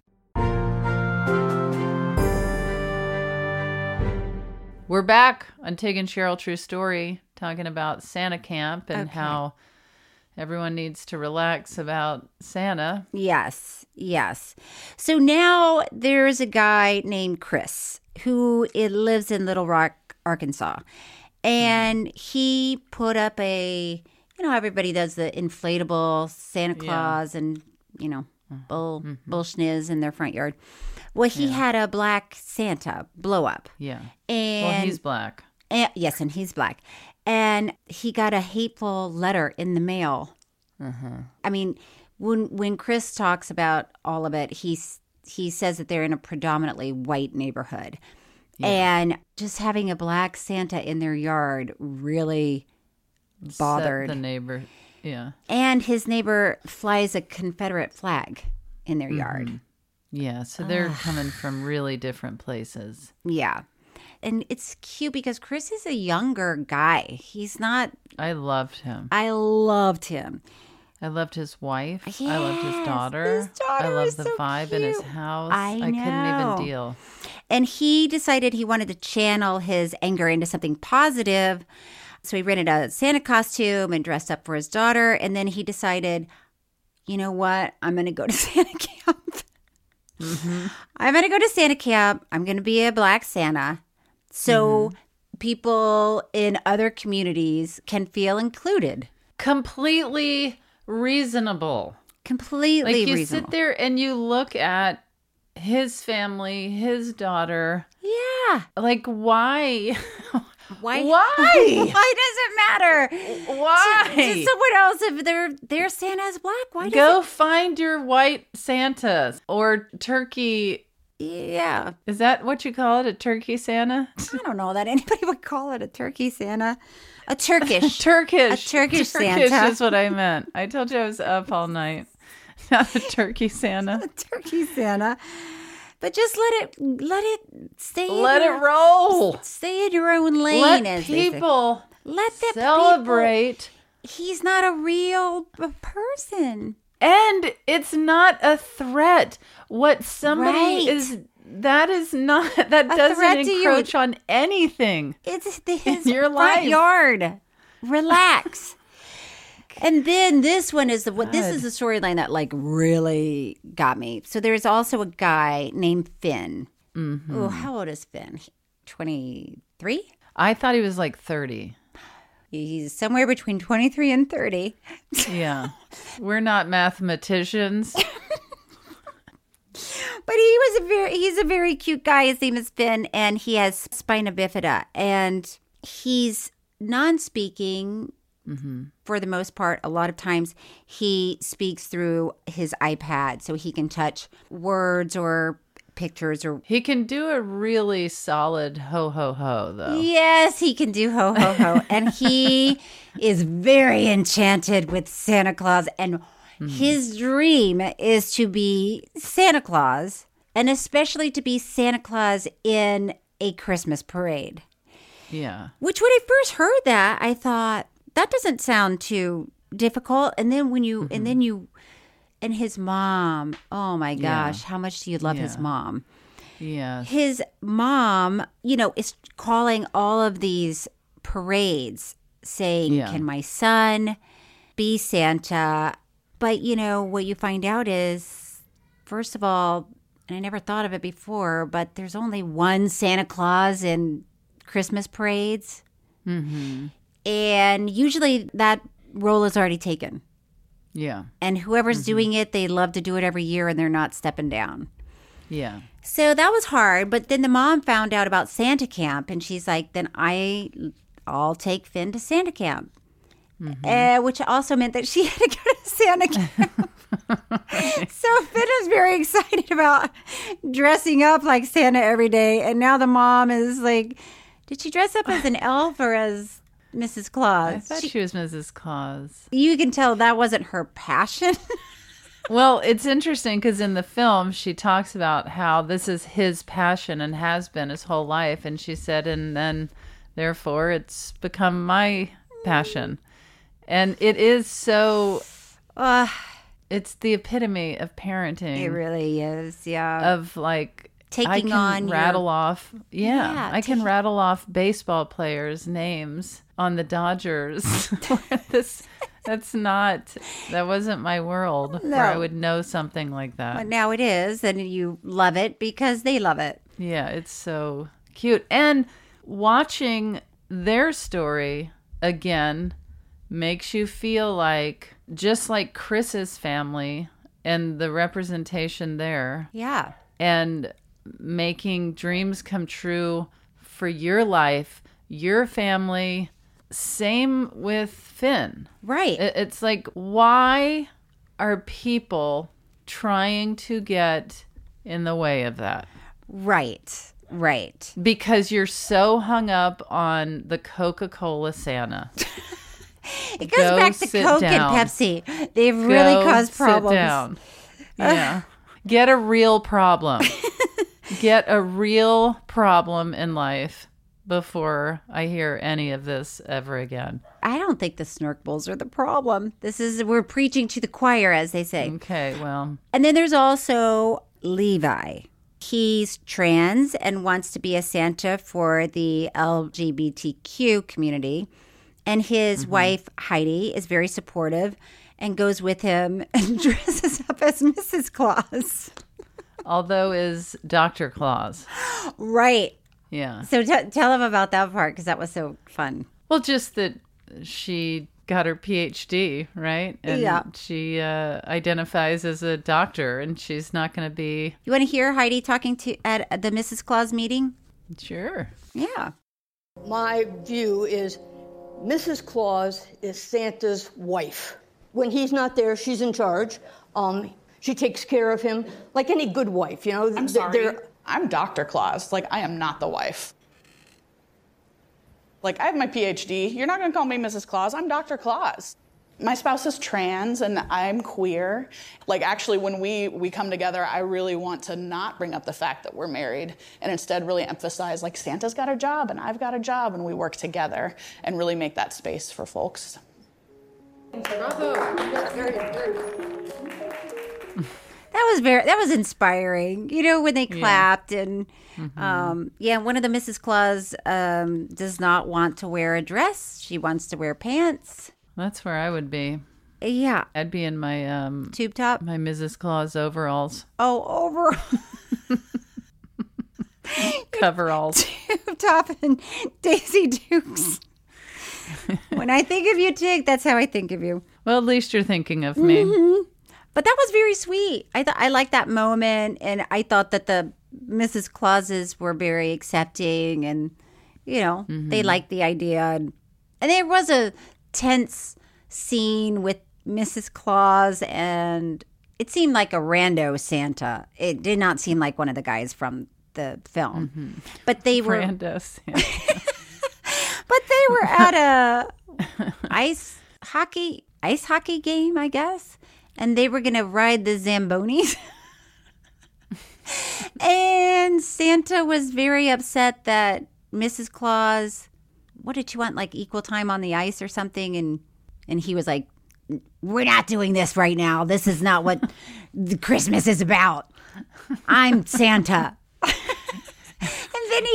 D: We're back on Tig and Cheryl True Story talking about Santa Camp and
C: Okay.
D: how everyone needs to relax about Santa.
C: Yes, yes. So now there's a guy named Chris who it lives in Little Rock, Arkansas, and he put up a you know everybody does the inflatable Santa
L: Yeah.
C: Claus and you know
D: Mm.
C: bull
D: Mm-hmm.
C: bull schniz in their front yard. Well, he had a black Santa blow up.
D: Yeah.
C: And
D: well, he's black.
C: Eh, yes, and he's black. And he got a hateful letter in the mail.
D: Mm-hmm.
C: I mean, when when Chris talks about all of it, he's he says that they're in a predominantly white neighborhood. And just having a black Santa in their yard really
D: Set
C: bothered.
D: the neighbor. Yeah.
C: and his neighbor flies a Confederate flag in their yard.
D: Mm-hmm. Yeah. So they're
C: Ugh.
D: coming from really different places.
C: Yeah. And it's cute because Chris is a younger guy. He's not
D: I loved him.
C: I loved him.
D: I loved his wife. I loved his
C: Yes,
D: daughter.
C: his daughter
D: I loved
C: is
D: the
C: so
D: vibe in his
C: cute.
D: house.
C: I
D: couldn't
C: know.
D: even deal.
C: And he decided he wanted to channel his anger into something positive. So he rented a Santa costume and dressed up for his daughter. And then he decided, you know what? I'm going to go to Santa camp.
D: Mm-hmm.
C: I'm going to go to Santa camp. I'm going to be a black Santa. So
D: Mm-hmm.
C: people in other communities can feel included.
D: Completely reasonable.
C: Completely
D: like you
C: reasonable.
D: sit there and you look at his family, his daughter.
C: Yeah.
D: Like why?
C: Why?
D: Why?
C: Why does it matter?
D: Why?
C: To, to someone else if their their Santa's black. Why does
D: Go
C: it-
D: find your white Santas or turkey.
C: Yeah.
D: Is that what you call it? A turkey Santa?
C: I don't know that anybody would call it a turkey Santa. A Turkish.
D: Turkish.
C: A Turkish,
D: Turkish
C: Santa.
D: is what I meant. I told you I was up all night. Not a turkey Santa.
C: turkey Santa. But just let it let it stay in
D: Let it
C: your-
D: roll.
C: s- Stay in your own lane
D: Let
C: as they say.
D: people
C: let the people-
D: celebrate.
C: he's not a real b- person.
D: And it's not a threat. What somebody
C: Right.
D: is that is not that
C: A
D: doesn't
C: threat to you.
D: encroach on anything.
C: It's the, his
D: your
C: front
D: life.
C: yard. Relax. and then this one is the what this
D: God.
C: is the storyline that like really got me. So there's also a guy named Finn.
D: Mm-hmm.
C: Oh, how old is Finn? Twenty three.
D: I thought he was like thirty.
C: He's somewhere between twenty three and thirty.
D: Yeah. We're not mathematicians.
C: But he was a very he's a very cute guy. His name is Finn and he has spina bifida and he's non-speaking for the most part a lot of times he speaks through his iPad so he can touch words or pictures or
D: He can do a really solid ho ho ho though.
C: Yes, he can do ho ho ho. and he is very enchanted with Santa Claus. And his dream is to be Santa Claus and especially to be Santa Claus in a Christmas parade.
D: Yeah.
C: Which, when I first heard that, I thought that doesn't sound too difficult. And then when you, and then you, and his mom, oh my
D: Yeah.
C: gosh, how much do you love his
D: Yeah.
C: mom?
D: Yeah.
C: his mom, you know, is calling all of these parades saying,
D: Yeah.
C: Can my son be Santa? But, you know, what you find out is, first of all, and I never thought of it before, but there's only one Santa Claus in Christmas parades.
D: Mm-hmm.
C: And usually that role is already taken.
D: Yeah.
C: And whoever's
D: Mm-hmm.
C: doing it, they love to do it every year and they're not stepping down.
D: Yeah.
C: So that was hard, but then the mom found out about Santa camp and she's like, "Then I I'll take Eh,
D: Mm-hmm.
C: Finn to Santa camp." Uh, which also meant that she had to go to Santa camp. So Finna's very excited about dressing up like Santa every day, and now the mom is like, "Did she dress up as an elf or as Mrs. Claus?"
D: I thought she was Mrs. Claus.
C: You can tell that wasn't her passion.
D: well, it's interesting because in the film, she talks about how this is his passion and has been his whole life. And she said, and then therefore it's become my passion. And it is so, uh, it's the epitome of parenting.
C: It really is, yeah.
D: Of like, I
C: Taking
D: can
C: on your-
D: rattle off, yeah,
C: Yeah,
D: I can rattle off baseball players' names on the Dodgers. this, that's not, that wasn't my world where I
C: No.
D: would know something like that.
C: But now it is, and you love it because they love it.
D: Yeah, it's so cute. And watching their story again makes you feel like just like Chris's family and the representation there.
C: Yeah.
D: And making dreams come true for your life, your family. Same with Finn.
C: Right.
D: It's like, why are people trying to get in the way of that?
C: Right. Right.
D: Because you're so hung up on the Coca Cola Santa.
C: It goes back to Coke and Pepsi. They've really caused problems.
D: Yeah. Get a real problem. Get a real problem in life before I hear any of this ever again.
C: I don't think the snork bowls are the problem. This is we're preaching to the choir, as they say.
D: Okay, well,
C: And then there's also Levi. He's trans and wants to be a Santa for the LGBTQ community. And his wife, Heidi, is very supportive and goes with him and dresses up as Mrs. Claus.
D: although is Dr. Claus.
C: Right.
D: Yeah.
C: So t- tell him about that part because that was so fun.
D: Well, just that she got her PhD, right? And
C: Yeah.
D: she uh, identifies as a doctor and she's not going to be.
C: You want to hear Heidi talking to at the Mrs. Claus meeting?
D: Sure.
C: Yeah.
M: My view is Mrs. Claus is Santa's wife. When he's not there, she's in charge. Um, she takes care of him like any good wife, you know.
L: I'm sorry. I'm Dr. Claus. Like, I am not the wife. Like, I have my PhD. You're not going to call me Mrs. Claus. I'm Dr. Claus. My spouse is trans and I'm queer. Like, actually, when we, we come together, I really want to not bring up the fact that we're married and instead really emphasize, like, Santa's got a job and I've got a job and we work together and really make that space for folks.
C: That was very that was inspiring. You know when they clapped and um yeah, one of the Mrs. Claus um does not want to wear a dress. She wants to wear pants.
D: That's where I would be.
C: Yeah.
D: I'd be in my um,
C: tube top,
D: my Mrs. Claus overalls,
C: Oh, over
D: coveralls.
C: tube top and Daisy Dukes. when I think of you, Tig, that's how I think of you.
D: well, at least you're thinking of me.
C: Mhm. But that was very sweet. I thought I liked that moment, and I thought that the Mrs. Clauses were very accepting, and you know they
N: Mhm.
C: liked the idea. And, and there was a tense scene with Mrs. Claus, and it seemed like a rando Santa. It did not seem like one of the guys from the film, but they were
D: rando Santa.
C: but they were at a ice hockey ice hockey game, I guess, and they were gonna ride the zambonis. and Santa was very upset that Mrs. Claus, what did she want? Like equal time on the ice or something? And and he was like, "We're not doing this right now. This is not what the Christmas is about. I'm Santa."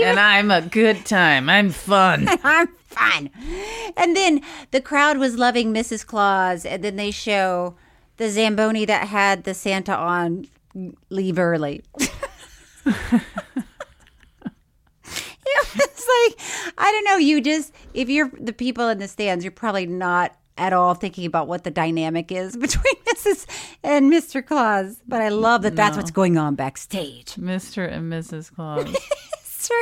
D: and I'm a good time. I'm fun.
C: I'm fun. And then the crowd was loving Mrs. Claus, and then they show the Zamboni that had the Santa on leave early. it was like, I don't know, you just, if you're the people in the stands, you're probably not at all thinking about what the dynamic is between Mrs. and Mr. Claus. But I love that that's
D: No.
C: what's going on backstage.
D: Mr. and Mrs. Claus.
C: Sir,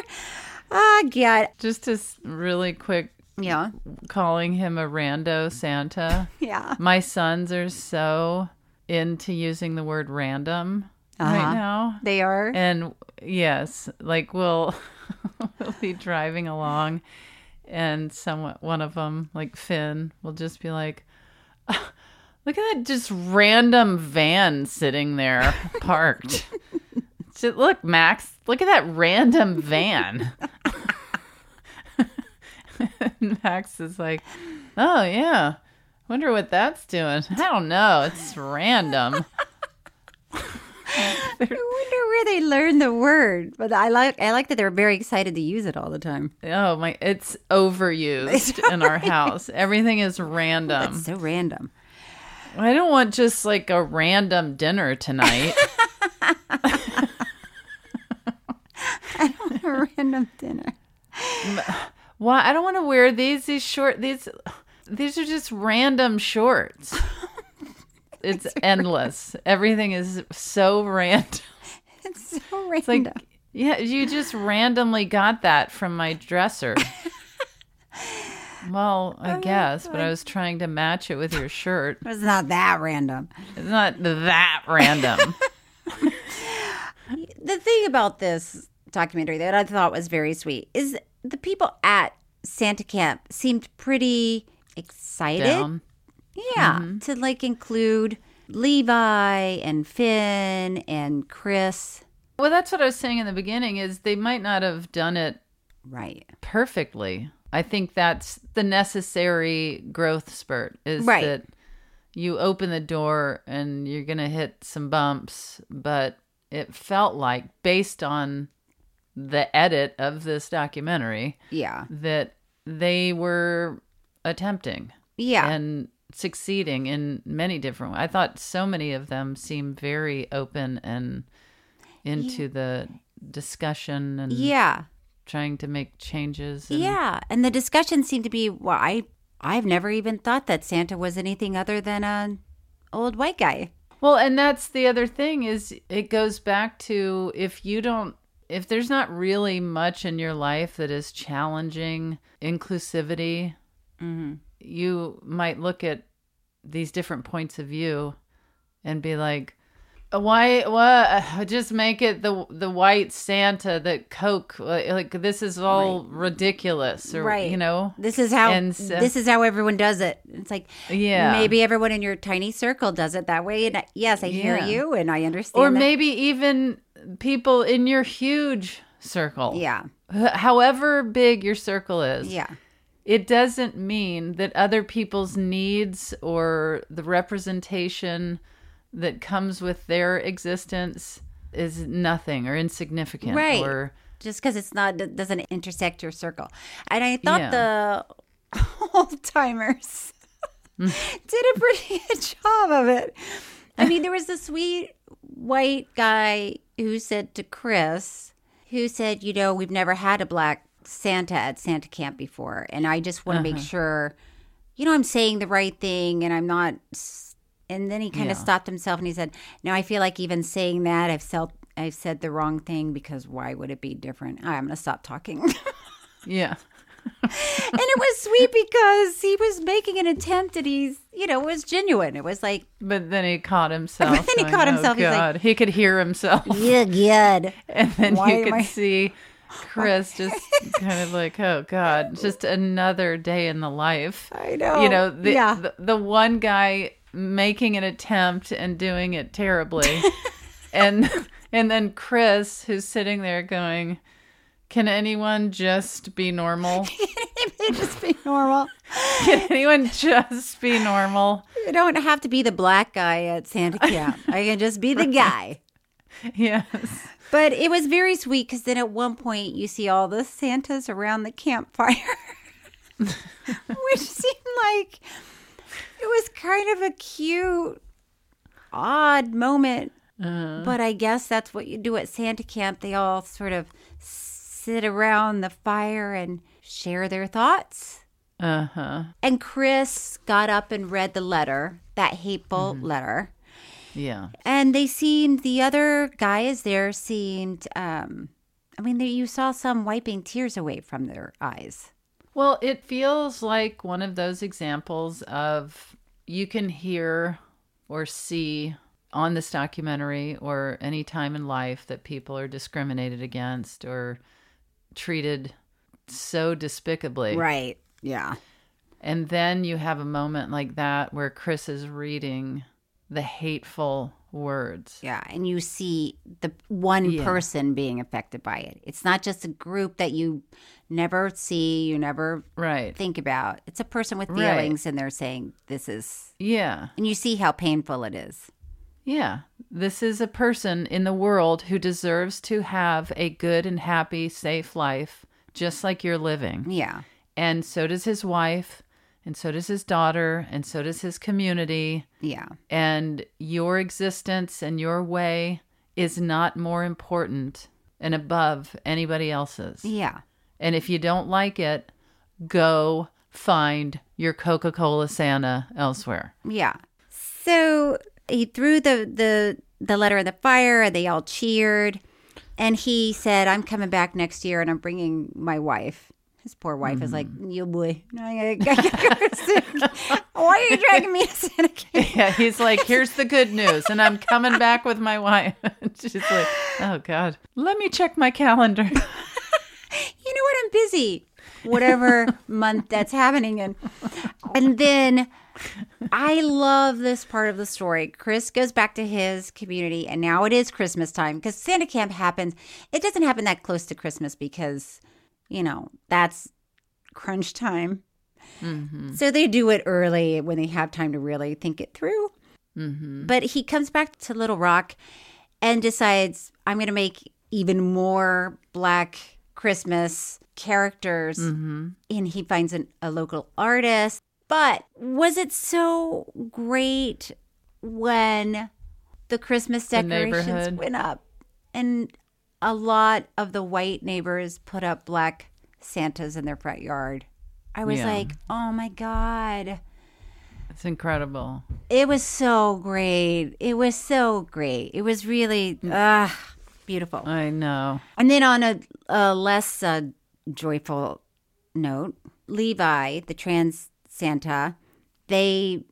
C: ah, God.
D: Just as really quick.
C: Yeah.
D: Calling him a rando Santa.
C: Yeah.
D: My sons are so into using the word random
C: Uh-huh.
D: right now.
C: They are.
D: And yes, like we'll we'll be driving along and someone one of them like Finn will just be like "Ah, Look at that just random van sitting there parked. So, look, Max, look at that random van. and Max is like, "Oh yeah, wonder what that's doing. I don't know. It's random."
C: I wonder where they learned the word, but I like I like that they're very excited to use it all the time.
D: Oh my, it's overused in our house. Everything is random.
C: It's so random.
D: I don't want just like a random dinner tonight.
C: a random dinner.
D: Why? I don't want to wear these. These short. These. These are just random shorts. It's endless. Everything is so random.
C: It's so random.
D: It's like, yeah, you just randomly got that from my dresser. well, I guess, but I was trying to match it with your shirt.
C: It's not that random.
D: It's not that random.
C: the thing about this documentary that I thought was very sweet is the people at Santa Camp seemed pretty excited.
D: Down. Mm-hmm.
C: Yeah, to like include Levi and Finn and Chris.
D: Well, that's what I was saying in the beginning is they might not have done it
C: right
D: perfectly. I think that's the necessary growth spurt is
C: Right.
D: that you open the door and you're going to hit some bumps, but it felt like based on the edit of this documentary
C: Yeah.
D: that they were attempting.
C: Yeah.
D: And succeeding in many different ways. I thought so many of them seemed very open and into the discussion and
C: Yeah.
D: trying to make changes. And
C: yeah, and the discussion seemed to be well, I I've never even thought that Santa was anything other than an old white guy.
D: Well, and that's the other thing is it goes back to if you don't if there's not really much in your life that is challenging inclusivity,
C: Mm-hmm.
D: you might look at these different points of view and be like, why what just make it the the white santa that coke like like, this is all ridiculous or
C: Right.
D: you know
C: This is how
D: And so-
C: this is how everyone does it. It's like
D: Yeah.
C: maybe everyone in your tiny circle does it that way. And I- yes, I hear
D: Yeah.
C: you and I understand.
D: or
C: that.
D: maybe even people in your huge circle.
C: Yeah.
D: H- However big your circle is.
C: Yeah.
D: It doesn't mean that other people's needs or the representation that comes with their existence is nothing or insignificant
C: right,
D: or
C: just because it's not it doesn't intersect your circle. And I thought
D: Yeah.
C: the old timers did a pretty good job of it. I mean, there was a sweet white guy who said to Chris, who said, you know, we've never had a black Santa at Santa camp before, and I just want to make
D: Uh-huh.
C: sure, you know, I'm saying the right thing, and I'm not. s- And then he kind of
D: Yeah.
C: stopped himself and he said, "Now I feel like even saying that, I've felt." I've said the wrong thing because why would it be different? Ah, I'm going to stop talking.
D: yeah.
C: and it was sweet because he was making an attempt and he's you know was genuine it was like
D: But then he caught himself.
C: But then he
D: going,
C: caught
D: "Oh,
C: himself. He's like-
D: God." he could hear himself.
C: yeah good
D: And then
C: Why
D: you
C: am
D: could
C: I-
D: see Chris just kind of like, oh God, just another day in the life. I
C: know.
D: You know, the,
C: Oh, Yeah.
D: the, the one guy making an attempt and doing it terribly. and and then Chris who's sitting there going, Can anyone just be normal?
C: just be normal
D: Can anyone just be normal?
C: you don't have to be the black guy at santa camp i can just be the guy
D: Yes.
C: but it was very sweet because then at one point you see all the santas around the campfire which seemed like it was kind of a cute odd moment But I guess that's what you do at Santa camp. They all sort of sit around the fire and share their thoughts.
D: Uh huh.
C: And Chris got up and read the letter, that hateful letter.
D: Yeah.
C: And they seemed, the other guys there seemed, um, I mean, they, you saw some wiping tears away from their eyes.
D: Well, it feels like one of those examples of you can hear or see on this documentary or any time in life that people are discriminated against or treated so despicably.
N: Right. Yeah.
D: And then you have a moment like that where Chris is reading the hateful words.
C: Yeah, and you see the one
D: Yeah.
C: person being affected by it. It's not just a group that you never see, you never
D: right.
C: think about. It's a person with
D: Right.
C: feelings and they're saying this is
D: Yeah.
C: And you see how painful it is.
D: Yeah. This is a person in the world who deserves to have a good and happy, safe life, just like you're living.
C: Yeah.
D: And so does his wife, and so does his daughter, and so does his community.
C: Yeah.
D: And your existence and your way is not more important and above anybody else's.
C: Yeah.
D: And if you don't like it, go find your Coca Cola Santa elsewhere.
C: Yeah. So he threw the the the letter in the fire. and They all cheered, and he said, "I'm coming back next year, and I'm bringing my wife." His poor wife is like, "You boy, why are you dragging me?" to Santa Cruz?"
D: Yeah, he's like, here's the good news, and I'm coming back with my wife. She's like, oh God, let me check my calendar.
C: you know what? I'm busy. Whatever month that's happening in. And then I love this part of the story. Chris goes back to his community, and now it is Christmas time because Santa Camp happens. It doesn't happen that close to Christmas because, you know, that's crunch time.
D: Mm-hmm.
C: So they do it early when they have time to really think it through.
D: mm-hmm.
C: But he comes back to Little Rock and decides, I'm going to make even more Black Christmas characters.
D: Mhm.
C: And he finds an, a local artist. But was it so great when the Christmas
D: The
C: decorations
D: neighborhood.
C: went up and a lot of the white neighbors put up Black Santas in their front yard? I was
D: Yeah.
C: like, oh my God.
D: It's incredible.
C: It was so great. It was so great. It was really ah beautiful.
D: I know.
C: And then on a, a less uh, joyful note, Levi, the trans Santa, they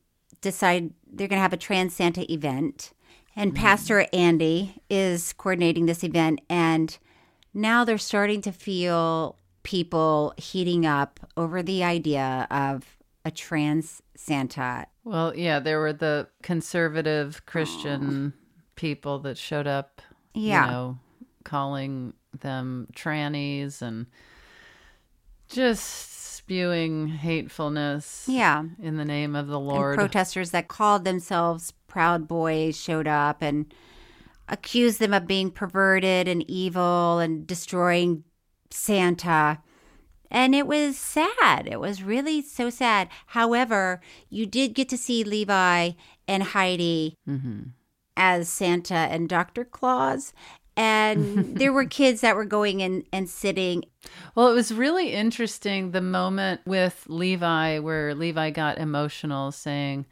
C: decide they're going to have a trans Santa event,
D: Mm.
C: and Pastor Andy is coordinating this event, and now they're starting to feel people heating up over the idea of a trans Santa
D: Well, yeah, there were the conservative Christian people that showed up,
C: Yeah.
D: you know, calling them trannies and just spewing hatefulness
C: Yeah.
D: in the name of the
C: and
D: Lord.
C: protesters that called themselves Proud Boys showed up and accused them of being perverted and evil and destroying Santa. And it was sad. It was really so sad. However, you did get to see Levi and Heidi
D: mm-hmm.
C: as Santa and Dr. Claus. And there were kids that were going in and sitting.
D: Well, it was really interesting the moment with Levi where Levi got emotional saying,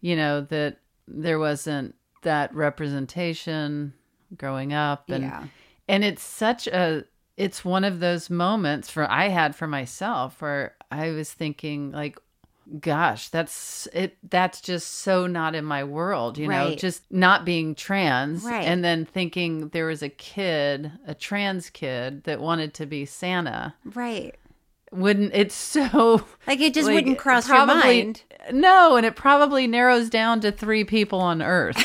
D: you know, that there wasn't that representation growing up and
C: Yeah.
D: and it's such a it's one of those moments for I had for myself where I was thinking like gosh that's it that's just so not in my world you know
C: Right.
D: just not being trans
C: Right.
D: and then thinking there was a kid a trans kid that wanted to be santa
C: Right.
D: wouldn't it's so
C: Like it just wouldn't cross your
D: probably-
C: mind.
D: no and it probably narrows down to three people on earth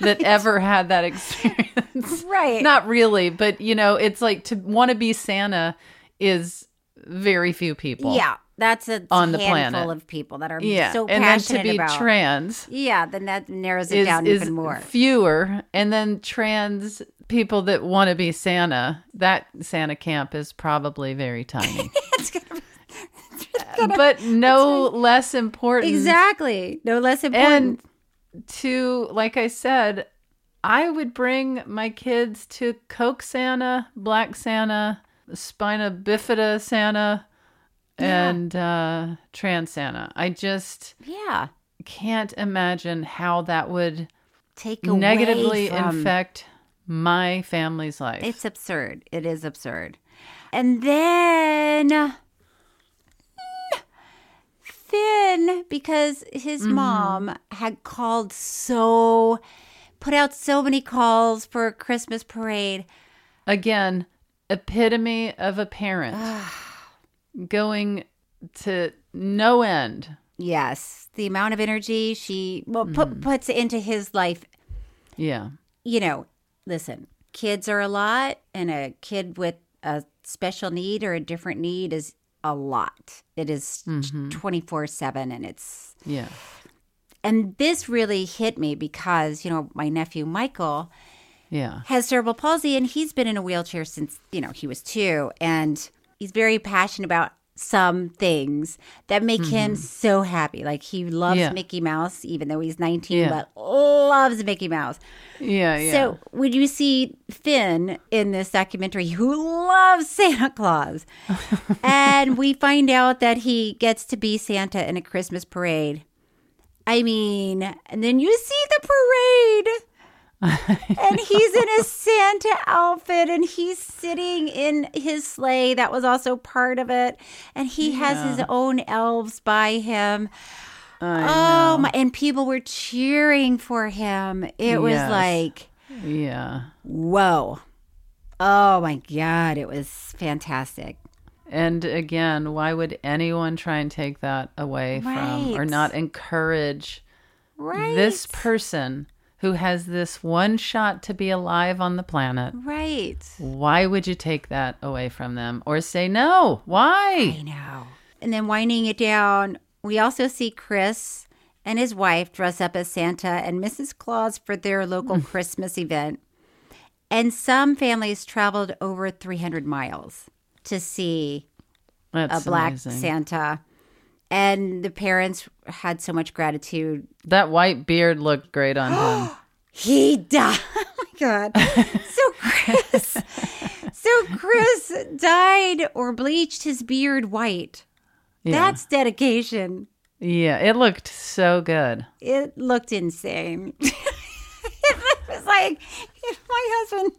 D: that ever had that experience
C: Right.
D: not really but you know it's like to want to be santa is very few people
C: Yeah, that's a
D: on the
C: handful
D: planet.
C: of people that are
D: yeah
C: so
D: and then to
C: passionate
D: be
C: about
D: trans
C: Yeah, then that narrows it
D: is,
C: down
D: is
C: even more.
D: fewer and then trans people that want to be santa that santa camp is probably very tiny but no less important
C: Exactly. No less important.
D: and to like i said i would bring my kids to coke santa black santa spina bifida santa
C: Yeah.
D: and uh trans santa i just
C: yeah,
D: can't imagine how that would
C: take away
D: negatively
C: from-
D: infect my family's life
C: It's absurd. It is absurd. And then Finn because his
D: Mm-hmm.
C: mom had called so, put out so many calls for a Christmas parade.
D: Again, epitome of a parent going to no end.
C: Yes, the amount of energy she well put, puts into his life.
D: Yeah.
C: You know, listen, kids are a lot, and a kid with a special need or a different need is a lot. It is
D: Mhm.
C: 24/7 and it's
D: Yeah.
C: and this really hit me because, you know, my nephew Michael
D: Yeah.
C: has cerebral palsy and he's been in a wheelchair since, you know, he was 2 and he's very passionate about some things that make him
D: Mhm.
C: so happy. Like he loves
D: Yeah.
C: Mickey Mouse even though he's 19
D: Yeah.
C: but loves Mickey Mouse.
D: Yeah. Yeah.
C: So, would you see Finn in this documentary who loves Santa Claus? and we find out that he gets to be Santa in a Christmas parade. I mean, and then you see the parade. and he's in his Santa outfit and he's sitting in his sleigh that was also part of it. And he has his
D: Yeah.
C: own elves by him.
D: I
C: oh, my, and people were cheering for him. It was
D: Yes.
C: like,
D: yeah.
C: whoa. Oh my God, it was fantastic.
D: And again, why would anyone try and take that away from or
C: Right.
D: not encourage
C: Right.
D: this person who has this one shot to be alive on the planet?
C: Right.
D: Why would you take that away from them or say no? Why?
C: I know. And then winding it down, we also see Chris and his wife dress up as Santa and Mrs. Claus for their
D: Hmm.
C: local Christmas event. And some families traveled over 300 miles to see
D: That's
C: a black
D: amazing.
C: Santa. And the parents had so much gratitude.
D: That white beard looked great on him.
C: He died. Oh my God. so Chris, so Chris dyed or bleached his beard white.
D: Yeah.
C: That's dedication.
D: Yeah, it looked so good.
C: It looked insane. it was like if my husband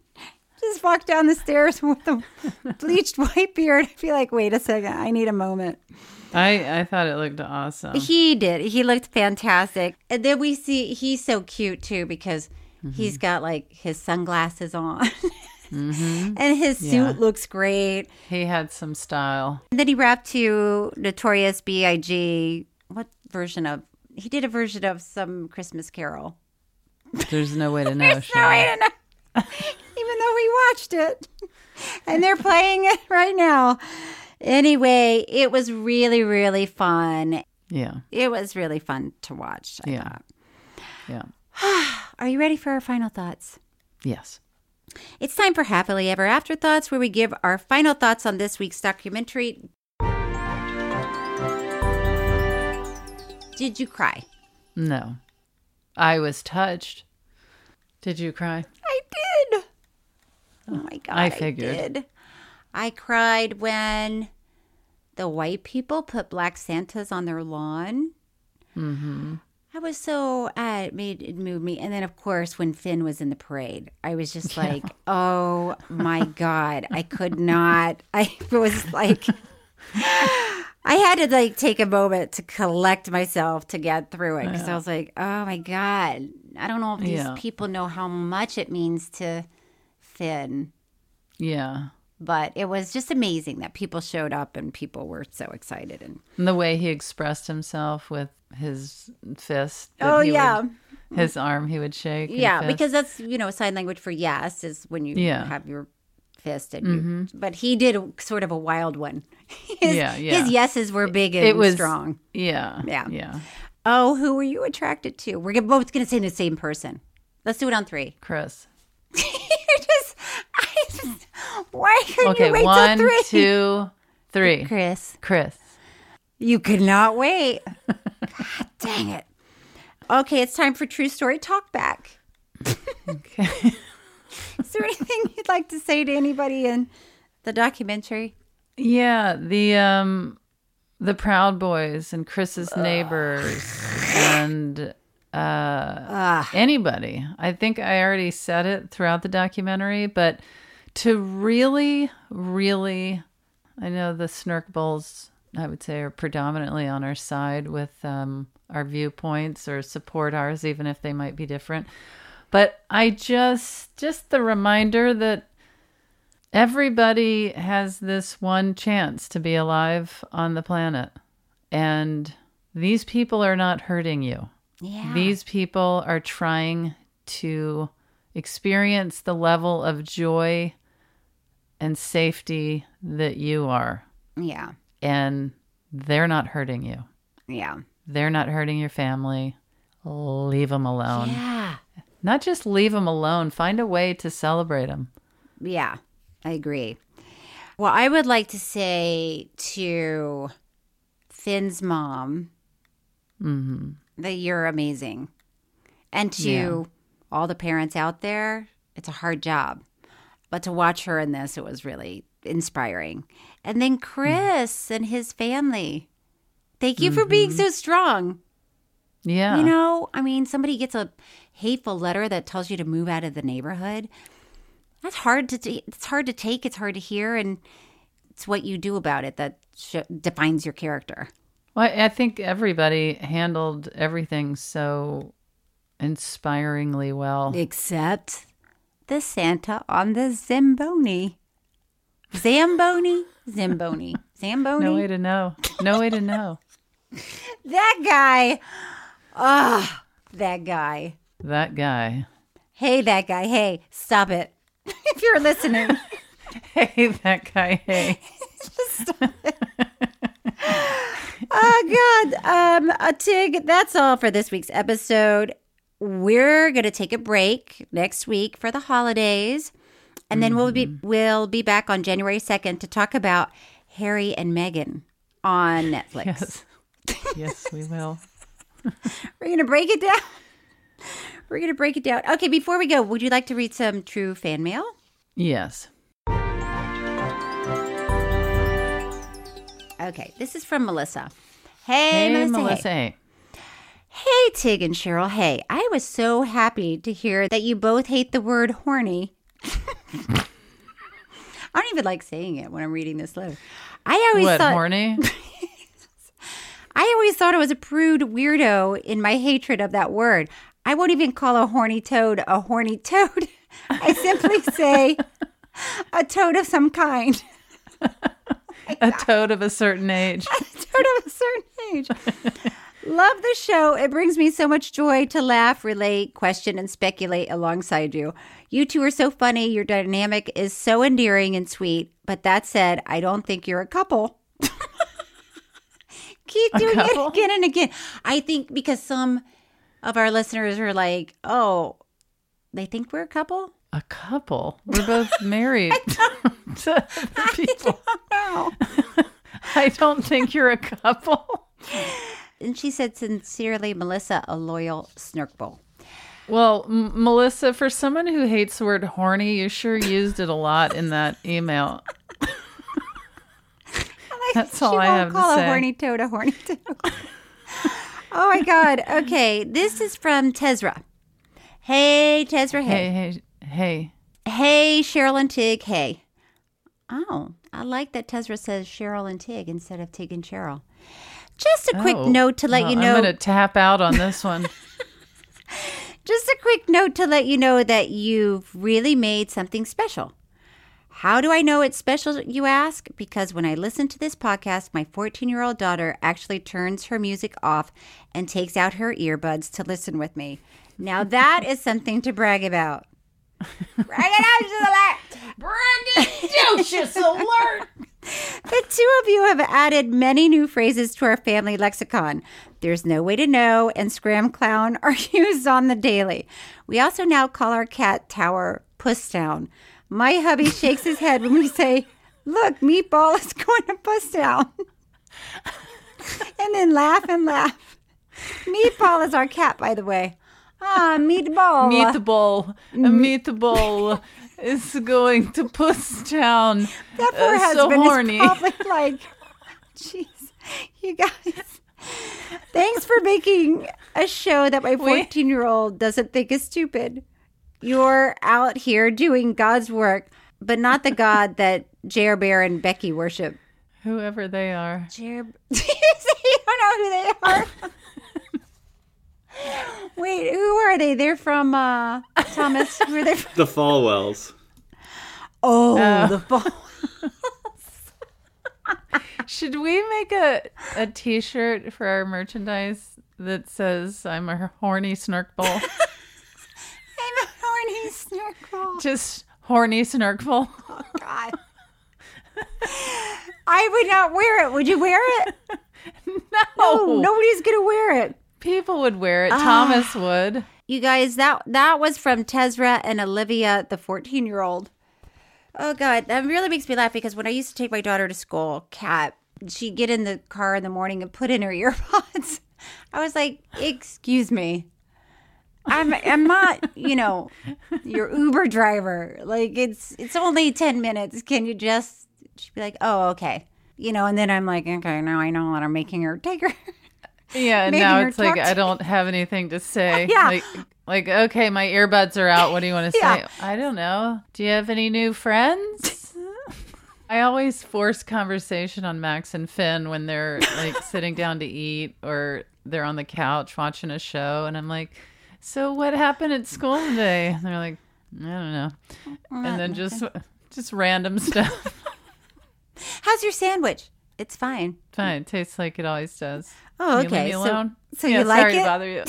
C: just walked down the stairs with a bleached white beard, I'd be like, wait a second, I need a moment.
D: I I thought it looked awesome.
C: He did. He looked fantastic. And then we see he's so cute too because he's got like his sunglasses on
D: Mhm.
C: and his suit
D: Yeah.
C: looks great.
D: He had some style.
C: And then he rapped to Notorious B.I.G. What version of? He did a version of some Christmas Carol.
D: There's no way to know.
C: There's no
D: Sharon.
C: way to know. Even though we watched it. And they're playing it right now. Anyway, it was really, really fun.
D: Yeah.
C: It was really fun to watch. I
D: Yeah.
C: thought.
D: Yeah.
C: Are you ready for our final thoughts?
D: Yes.
C: It's time for Happily Ever After Thoughts, where we give our final thoughts on this week's documentary. Did you cry?
D: No. I was touched. Did you cry?
C: I did. Oh my god!
D: I figured.
C: I, did. I cried when the white people put black Santas on their lawn.
D: Mm-hmm.
C: I was so uh, it made it moved me, and then of course when Finn was in the parade, I was just
D: Yeah.
C: like, "Oh my god, I could not!" I was like, I had to like take a moment to collect myself to get through it because I
D: Yeah.
C: was like, "Oh my god, I don't know if these
D: Yeah.
C: people know how much it means to Finn."
D: Yeah.
C: But it was just amazing that people showed up and people were so excited and
D: And the way he expressed himself with his fist. that
C: Oh,
D: he would-
C: yeah.
D: his arm he would shake. and
C: yeah
D: fist.
C: because that's you know sign language for yes is when you
D: Yeah. Mm-hmm.
C: have your fist and you but he did a, sort of a wild one his,
D: Yeah, yeah.
C: his yeses were big and
D: it was
C: strong
D: Yeah.
C: Yeah.
D: Yeah.
C: oh who were you attracted to we're g- both gonna say the same person let's do it on three
D: Chris.
C: You're just, I just why couldn't
D: Okay.
C: you wait
D: one,
C: till three
D: two, three.
C: chris
D: Chris.
C: you could not wait god dang it okay it's time for true story talk back
D: Okay.
C: is there anything you'd like to say to anybody in the documentary
D: Yeah, the um the Proud Boys and Chris's neighbors and uh anybody. I think I already said it throughout the documentary, but to really really I know the Snurk Bowls I would say, are predominantly on our side with um, our viewpoints or support ours, even if they might be different. But I just, just the reminder that everybody has this one chance to be alive on the planet. And these people are not hurting you.
C: Yeah.
D: These people are trying to experience the level of joy and safety that you are.
C: Yeah.
D: And they're not hurting you.
C: Yeah.
D: They're not hurting your family. Leave them alone.
C: Yeah.
D: Not just leave them alone, find a way to celebrate them.
C: Yeah, I agree. Well, I would like to say to Finn's mom
D: Mhm.
C: that you're amazing. And to
D: Yeah.
C: all the parents out there, it's a hard job. But to watch her in this, it was really inspiring. And then Chris and his family. Thank you for being so strong.
D: Yeah.
C: You know, I mean, somebody gets a hateful letter that tells you to move out of the neighborhood. That's hard to t- it's hard to take, it's hard to hear and it's what you do about it that sh- defines your character.
D: Well, I I think everybody handled everything so inspiringly well.
C: Except the Santa on the Zamboni. Zamboni, Zamboni, Zamboni.
D: No way to know. No way to know.
C: that guy. Ah, that guy.
D: That guy.
C: Hey, that guy. Hey, stop it. if you're listening.
D: Hey, that guy. Hey.
C: oh god um a tig that's all for this week's episode we're gonna take a break next week for the holidays and then we'll be we'll be back on january 2nd to talk about harry and megan on netflix
D: Yes. Yes, we will.
C: we're gonna break it down we're gonna break it down okay before we go would you like to read some true fan mail
D: Yes.
C: okay this is from melissa hey,
D: hey,
C: melissa, hey.
D: Hey.
C: Hey, Tig and Cheryl. Hey, I was so happy to hear that you both hate the word horny. I don't even like saying it when I'm reading this letter. I always
D: What,
C: thought
D: horny?
C: I always thought it was a prude weirdo in my hatred of that word. I won't even call a horny toad a horny toad. I simply say a toad of some kind.
D: a toad of a certain age.
C: toad of a certain age. Love the show. It brings me so much joy to laugh, relate, question, and speculate alongside you. You two are so funny. Your dynamic is so endearing and sweet. But that said, I don't think you're a couple. Keep
D: A
C: doing
D: couple?
C: it again and again. I think because some of our listeners are like, oh, they think we're a couple?
D: A couple. We're both married to other people. I don't think you're a couple.
C: And she said, sincerely, Melissa, a loyal snurk bowl.
D: Well, M- Melissa, for someone who hates the word horny, you sure used it a lot in that email. That's all
C: she
D: I
C: won't
D: have to
C: call
D: say.
C: a horny toad a horny toad. oh my god. Okay, this is from Tezra. Hey, Tezra. Hey.
D: hey, hey, hey.
C: Hey, Cheryl and Tig. Hey. Oh, I like that Tezra says Cheryl and Tig instead of Tig and Cheryl. Just a quick
D: Oh,
C: note to let
D: well,
C: you know.
D: I'm going to tap out on this one.
C: Just a quick note to let you know that you've really made something special. How do I know it's special, you ask? Because when I listen to this podcast, my 14 year old daughter actually turns her music off and takes out her earbuds to listen with me. Now, that is something to brag about. brag it out, Gisela!
G: Braggadocious alert!
C: The two of you have added many new phrases to our family lexicon. There's no way to know, and scram clown are used on the daily. We also now call our cat Tower Puss Down. My hubby shakes his head when we say, Look, Meatball is going to Puss Down. and then laugh and laugh. Meatball is our cat, by the way. Ah, Meatball.
D: meatball, a
C: Mm-hmm.
D: meatball is going to puss town.
C: That poor
D: Uh,
C: husband
D: so horny.
C: is probably like, jeez, you guys. Thanks for making a show that my 14 year old doesn't think is stupid. You're out here doing God's work, but not the God that Jer Bear and Becky worship.
D: Whoever they are.
C: Jared. you don't know who they are. Wait, who are they? They're from uh, Thomas. Who are they from?
I: The Falwells.
C: Oh,
B: Uh,
C: the
D: Oh.
C: ball.
D: Should we make a a t shirt for our merchandise that says I'm a horny snarkball?
C: I'm a horny snorkel.
D: Just horny snarkball.
C: Oh, God. I would not wear it. Would you wear it? no. Nobody's going to wear it.
D: People would wear it.
C: Ah.
D: Thomas would.
C: You guys, that that was from Tezra and Olivia, the 14 year old. Oh God, that really makes me laugh because when I used to take my daughter to school, Kat, she'd get in the car in the morning and put in her earpods. I was like, "Excuse me, I'm I'm not, you know, your Uber driver. Like it's it's only 10 minutes. Can you just?" She'd be like, "Oh, okay." You know, and then I'm like, okay, now I know that I'm making her take her.
D: Yeah, and
C: Making
D: now
C: her
D: it's like
C: talk
D: I
C: to-
D: don't have anything to say.
C: Yeah.
D: Like, like okay, my earbuds are out. What do you want to
C: Yeah.
D: say? I don't know. Do you have any new friends? I always force conversation on Max and Finn when they're like sitting down to eat or they're on the couch watching a show and I'm like, "So what happened at school today?" And they're like, "I don't know."
C: Not
D: And then just
C: nothing.
D: just random stuff.
C: How's your sandwich? It's fine.
D: Fine. It tastastes like it always does.
C: Oh,
D: Can You
C: okay.
D: leave me
C: So-
D: alone?
C: so
D: yeah,
C: you like
D: sorry
C: it?
D: to bother you.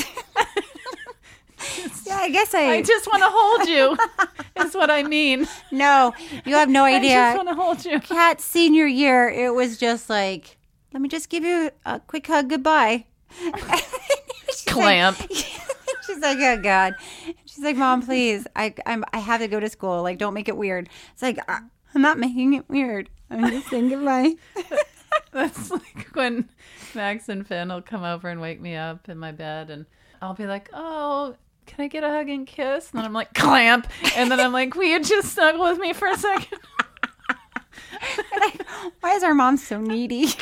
C: Yeah, I guess I.
D: I just want to hold you, is what I mean.
C: No, you have no
D: I
C: idea.
D: just want to hold you.
C: Cat's senior year, it was just like, let me just give you a quick hug goodbye. She's like-
D: Clamp.
C: she's like, oh God. She's like, Mom, please, I I'm, I have to go to school. Like, don't make it weird. It's like "I- I'm not making it weird. I'm just saying goodbye.
D: That's like when Max and Finn will come over and wake me up in my bed, and I'll be like, oh, can I get a hug and kiss? And then I'm like, clamp. And then I'm like, will you just snuggle with me for a second?
C: Why is our mom so needy?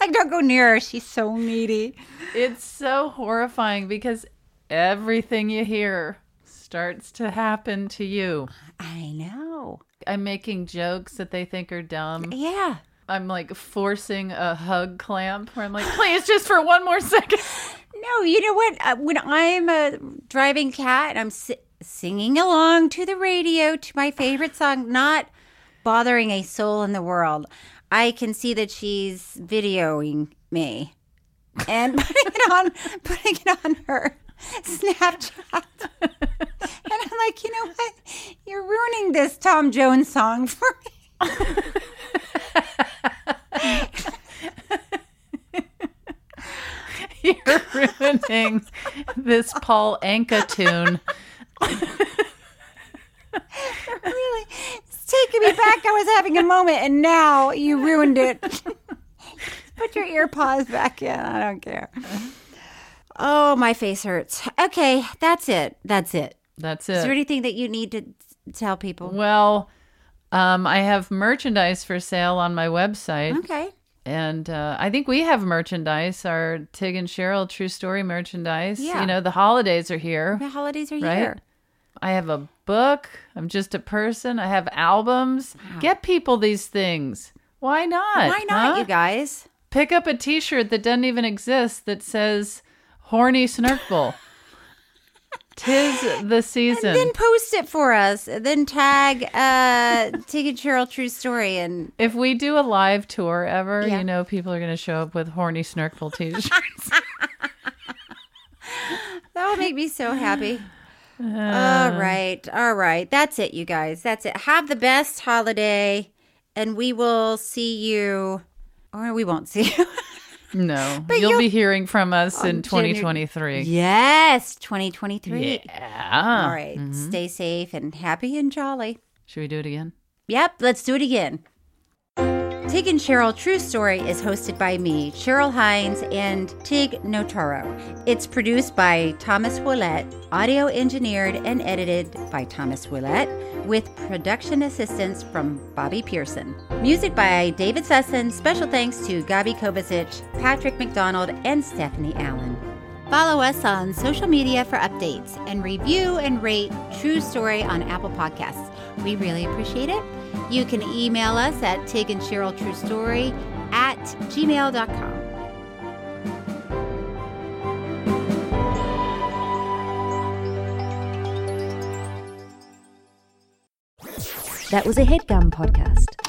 C: Like, don't go near her. She's so needy.
D: It's so horrifying because everything you hear starts to happen to you.
C: I know.
D: I'm making jokes that they think are dumb.
C: Yeah.
D: I'm like forcing a hug clamp where I'm like, please, just for one more second.
C: No, you know what? Uh, When I'm a driving cat and I'm si- singing along to the radio to my favorite song, not bothering a soul in the world, I can see that she's videoing me and putting it on, putting it on her Snapchat. And I'm like, you know what? You're ruining this Tom Jones song for me.
D: You're ruining this Paul Anka tune.
C: Really, it's taking me back. I was having a moment, and now you ruined it. Put your ear paws back in. I don't care. Oh, my face hurts. Okay, that's it. That's it.
D: That's
C: Is there
D: it.
C: anything that you need to tell people?
D: Well, um, I have merchandise for sale on my website.
C: Okay.
D: And uh, I think we have merchandise, our Tig and Cheryl True Story merchandise.
C: Yeah.
D: You know, the holidays are here.
C: The holidays are
D: right?
C: here.
D: I have a book. I'm just a person. I have albums. Get people these things. Why not?
C: Why not,
D: huh?
C: you guys?
D: Pick up a t shirt that doesn't even exist that says horny snurkball. Tis the
C: And
D: season.
C: then post it for us. And then tag uh, Tig and Cheryl True Story. And
D: if we do a live tour ever,
C: Yeah.
D: you know people are going to show up with horny snurkball t shirts.
C: that would make me so happy. All right. All right. That's it, you guys. That's it. Have the best holiday, and we will see you, or we won't see you.
D: no.
C: But
D: you'll,
C: you'll-
D: be hearing from us
C: On
D: in
C: January-
D: 2023.
C: yes, 2023.
D: Yeah.
C: All right.
D: Mhm.
C: Stay safe and happy and jolly.
D: Should we do it again?
C: Yep, let's do it again. Tig and Cheryl True Story is hosted by me, Cheryl Hines, and Tig Notaro. It's produced by Thomas Willett, audio engineered and edited by Thomas Willett, with production assistance from Bobby Pearson. Music by David Sesson. Special thanks to Gabi Kovacic, Patrick McDonald, and Stephanie Allen. Follow us on social media for updates and review and rate True Story on Apple Podcasts. We really appreciate it. You can email us at Tig and Cheryl True Story at gmail.com.
E: That was a headgum podcast.